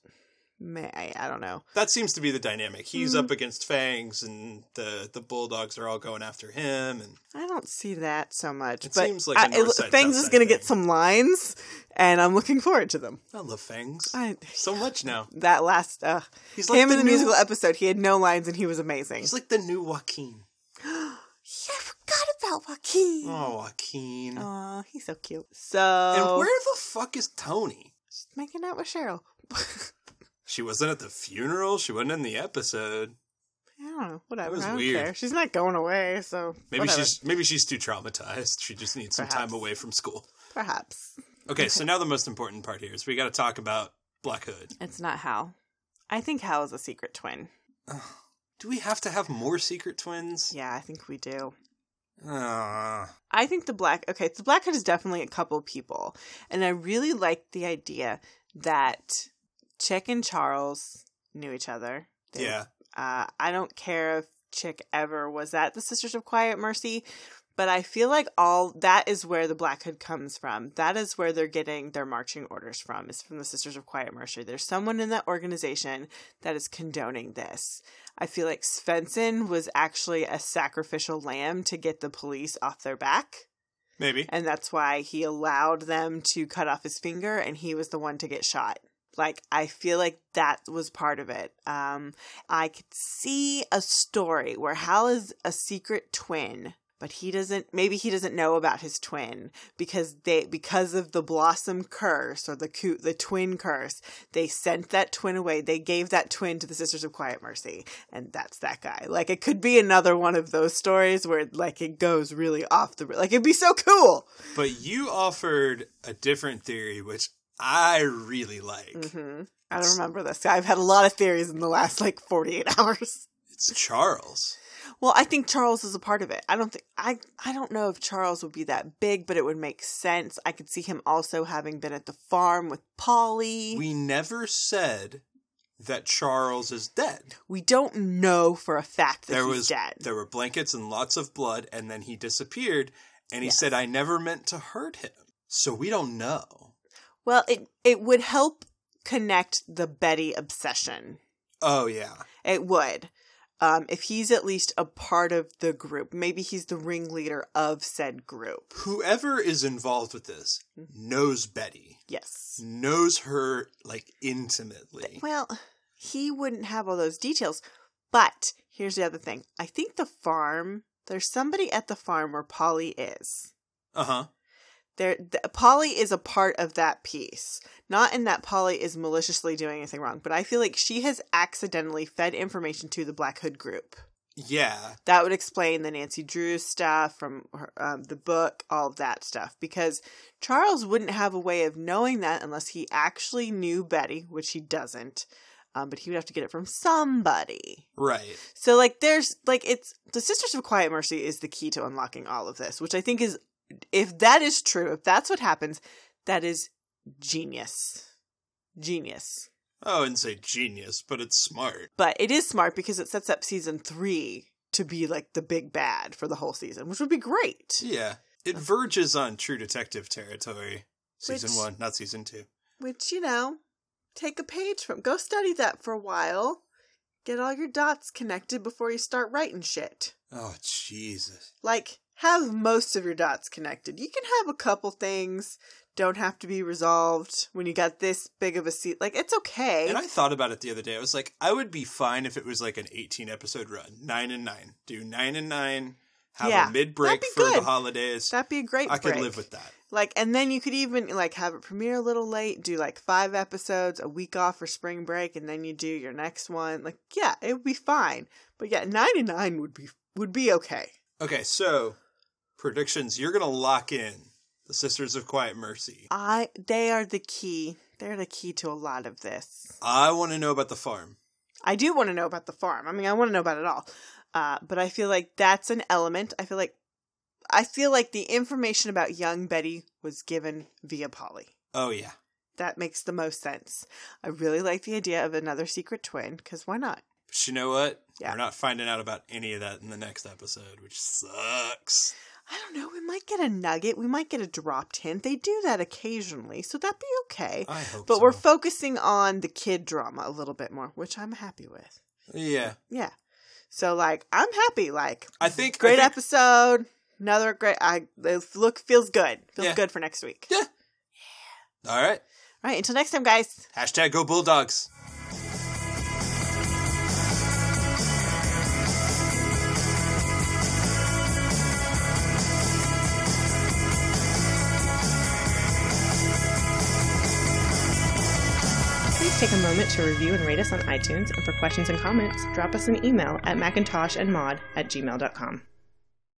Speaker 1: may I, I don't know.
Speaker 2: That seems to be the dynamic. He's
Speaker 1: Mhm.
Speaker 2: up against Fangs, and the the Bulldogs are all going after him. And
Speaker 1: I don't see that so much,
Speaker 2: It
Speaker 1: but
Speaker 2: seems like a
Speaker 1: I- it-
Speaker 2: north side,
Speaker 1: Fangs is
Speaker 2: south side
Speaker 1: gonna get
Speaker 2: thing.
Speaker 1: some lines, and I'm looking forward to them.
Speaker 2: I love Fangs
Speaker 1: I,
Speaker 2: so much now.
Speaker 1: that last uh,
Speaker 2: He's like
Speaker 1: him
Speaker 2: the
Speaker 1: in the
Speaker 2: new-
Speaker 1: musical episode, he had no lines and he was amazing.
Speaker 2: He's like the new Joaquin.
Speaker 1: yeah, I forgot about Joaquin. Oh.
Speaker 2: Oh, Joaquin.
Speaker 1: Aw, he's so cute. So
Speaker 2: And where the fuck is Tony?
Speaker 1: she's making out with Cheryl. I
Speaker 2: She wasn't at the funeral. She wasn't in the episode.
Speaker 1: don't know. Whatever.
Speaker 2: was
Speaker 1: I don't
Speaker 2: weird.
Speaker 1: care. She's not going away, so
Speaker 2: Maybe
Speaker 1: whatever.
Speaker 2: she's maybe she's too traumatized. She just needs some
Speaker 1: Perhaps.
Speaker 2: time away from school.
Speaker 1: Perhaps.
Speaker 2: Okay, so now the most important part here is we got to talk about Black Hood.
Speaker 1: It's not Hal. I think Hal is a secret twin.
Speaker 2: Ugh. Do we have to have more secret twins?
Speaker 1: Yeah, I think we do.
Speaker 2: Ugh.
Speaker 1: I think the black okay, the black hood is definitely a couple people. And I really like the idea that Chick and Charles knew each other. They-
Speaker 2: yeah.
Speaker 1: Uh I don't care if Chick ever was at the Sisters of Quiet Mercy, But I feel like all that is where the Black Hood comes from. That is where they're getting their marching orders from, is from the Sisters of Quiet Mercy. There's someone in that organization that is condoning this. I feel like Svensson was actually a sacrificial lamb to get the police off their back.
Speaker 2: Maybe.
Speaker 1: And that's why he allowed them to cut off his finger and he was the one to get shot. Like, I feel like that was part of it. Um, I could see a story where Hal is a secret twin, but he doesn't, maybe he doesn't know about his twin because they, because of the Blossom curse or the, coo- the twin curse, they sent that twin away. They gave that twin to the Sisters of Quiet Mercy. And that's that guy. Like, it could be another one of those stories where, like, it goes really off the, like, it'd be so cool.
Speaker 2: But you offered a different theory, which I really like.
Speaker 1: hmm I don't remember this. I've had a lot of theories in the last like 48 hours.
Speaker 2: It's Charles.
Speaker 1: Well, I think Charles is a part of it. I don't think I I don't know if Charles would be that big, but it would make sense. I could see him also having been at the farm with Polly. We,
Speaker 2: We never said that Charles is dead.
Speaker 1: don't know for a fact that
Speaker 2: there
Speaker 1: he's
Speaker 2: was
Speaker 1: dead.
Speaker 2: there were blankets and lots of blood, and then he disappeared. And he
Speaker 1: Yes.
Speaker 2: said, "I never meant to hurt him." So we don't know.
Speaker 1: Well, it it would help connect the Betty obsession.
Speaker 2: Oh yeah,
Speaker 1: It would. Um, if he's at least a part of the group, maybe he's the ringleader of said group.
Speaker 2: whoever is involved with this
Speaker 1: Hmm.
Speaker 2: knows Betty,
Speaker 1: Yes.
Speaker 2: knows her like intimately.
Speaker 1: Well, he wouldn't have all those details. But here's the other thing. I think the farm, there's somebody at the farm where Polly is.
Speaker 2: Uh huh.
Speaker 1: There th- Polly is a part of that piece. Not in that Polly is maliciously doing anything wrong, but I feel like she has accidentally fed information to the Black Hood group.
Speaker 2: Yeah,
Speaker 1: That would explain the Nancy Drew stuff from her, um, the book, all of that stuff, because Charles wouldn't have a way of knowing that unless he actually knew Betty, which he doesn't. Um, but he would have to get it from somebody.
Speaker 2: right.
Speaker 1: So, like, there's like, it's the Sisters of Quiet Mercy is the key to unlocking all of this, which I think is, if that is true, if that's what happens, that is genius. Genius.
Speaker 2: Oh, and say genius, but it's smart.
Speaker 1: But it is smart because it sets up season three to be like the big bad for the whole season, which would be great.
Speaker 2: Yeah, it verges on True Detective territory. Season
Speaker 1: Which-
Speaker 2: one, not season two.
Speaker 1: Which, you know, take a page from. Go study that for a while. Get all your dots connected before you start writing shit.
Speaker 2: Oh Jesus.
Speaker 1: Like, have most of your dots connected. You can have a couple things, don't have to be resolved when you got this big of a seat. Like, it's okay.
Speaker 2: And I thought about it the other day. I was like, I would be fine if it was like an 18 episode run, nine and nine. Do nine and nine, have
Speaker 1: Yeah,
Speaker 2: a mid
Speaker 1: that'd
Speaker 2: break
Speaker 1: be
Speaker 2: for the
Speaker 1: good.
Speaker 2: holidays.
Speaker 1: That'd be a great
Speaker 2: I could
Speaker 1: break.
Speaker 2: live with that.
Speaker 1: Like, and then you could even like have it premiere a little late, do like five episodes, a week off for spring break, and then you do your next one. Like, yeah, it would be fine. But yeah, ninety nine would be would be okay.
Speaker 2: Okay, so predictions. You're gonna lock in the Sisters of Quiet Mercy.
Speaker 1: I they are the key. They're the key to a lot of this.
Speaker 2: I want to know about the farm.
Speaker 1: I do want to know about the farm. I mean, I want to know about it all. Uh, but I feel like that's an element. I feel like I feel like the information about young Betty was given via Polly.
Speaker 2: Oh yeah,
Speaker 1: That makes the most sense. I really like the idea of another secret twin because why not?
Speaker 2: but you know what?
Speaker 1: Yeah.
Speaker 2: We're not finding out about any of that in the next episode, which sucks.
Speaker 1: I don't know. We might get a nugget. We might get a dropped hint. They do that occasionally, so that'd be okay.
Speaker 2: I hope.
Speaker 1: but we're
Speaker 2: so.
Speaker 1: focusing on the kid drama a little bit more, which I'm happy with.
Speaker 2: yeah.
Speaker 1: Yeah. So like, I'm happy. Like,
Speaker 2: I think I
Speaker 1: great
Speaker 2: think-
Speaker 1: episode. Another great. I it look feels good. Feels
Speaker 2: Yeah.
Speaker 1: good for next week.
Speaker 2: Yeah. All right.
Speaker 1: All right. Until next time, guys.
Speaker 2: Hashtag go Bulldogs.
Speaker 1: Please take a moment to review and rate us on iTunes. And for questions and comments, drop us an email at macintoshandmod at gmail.com.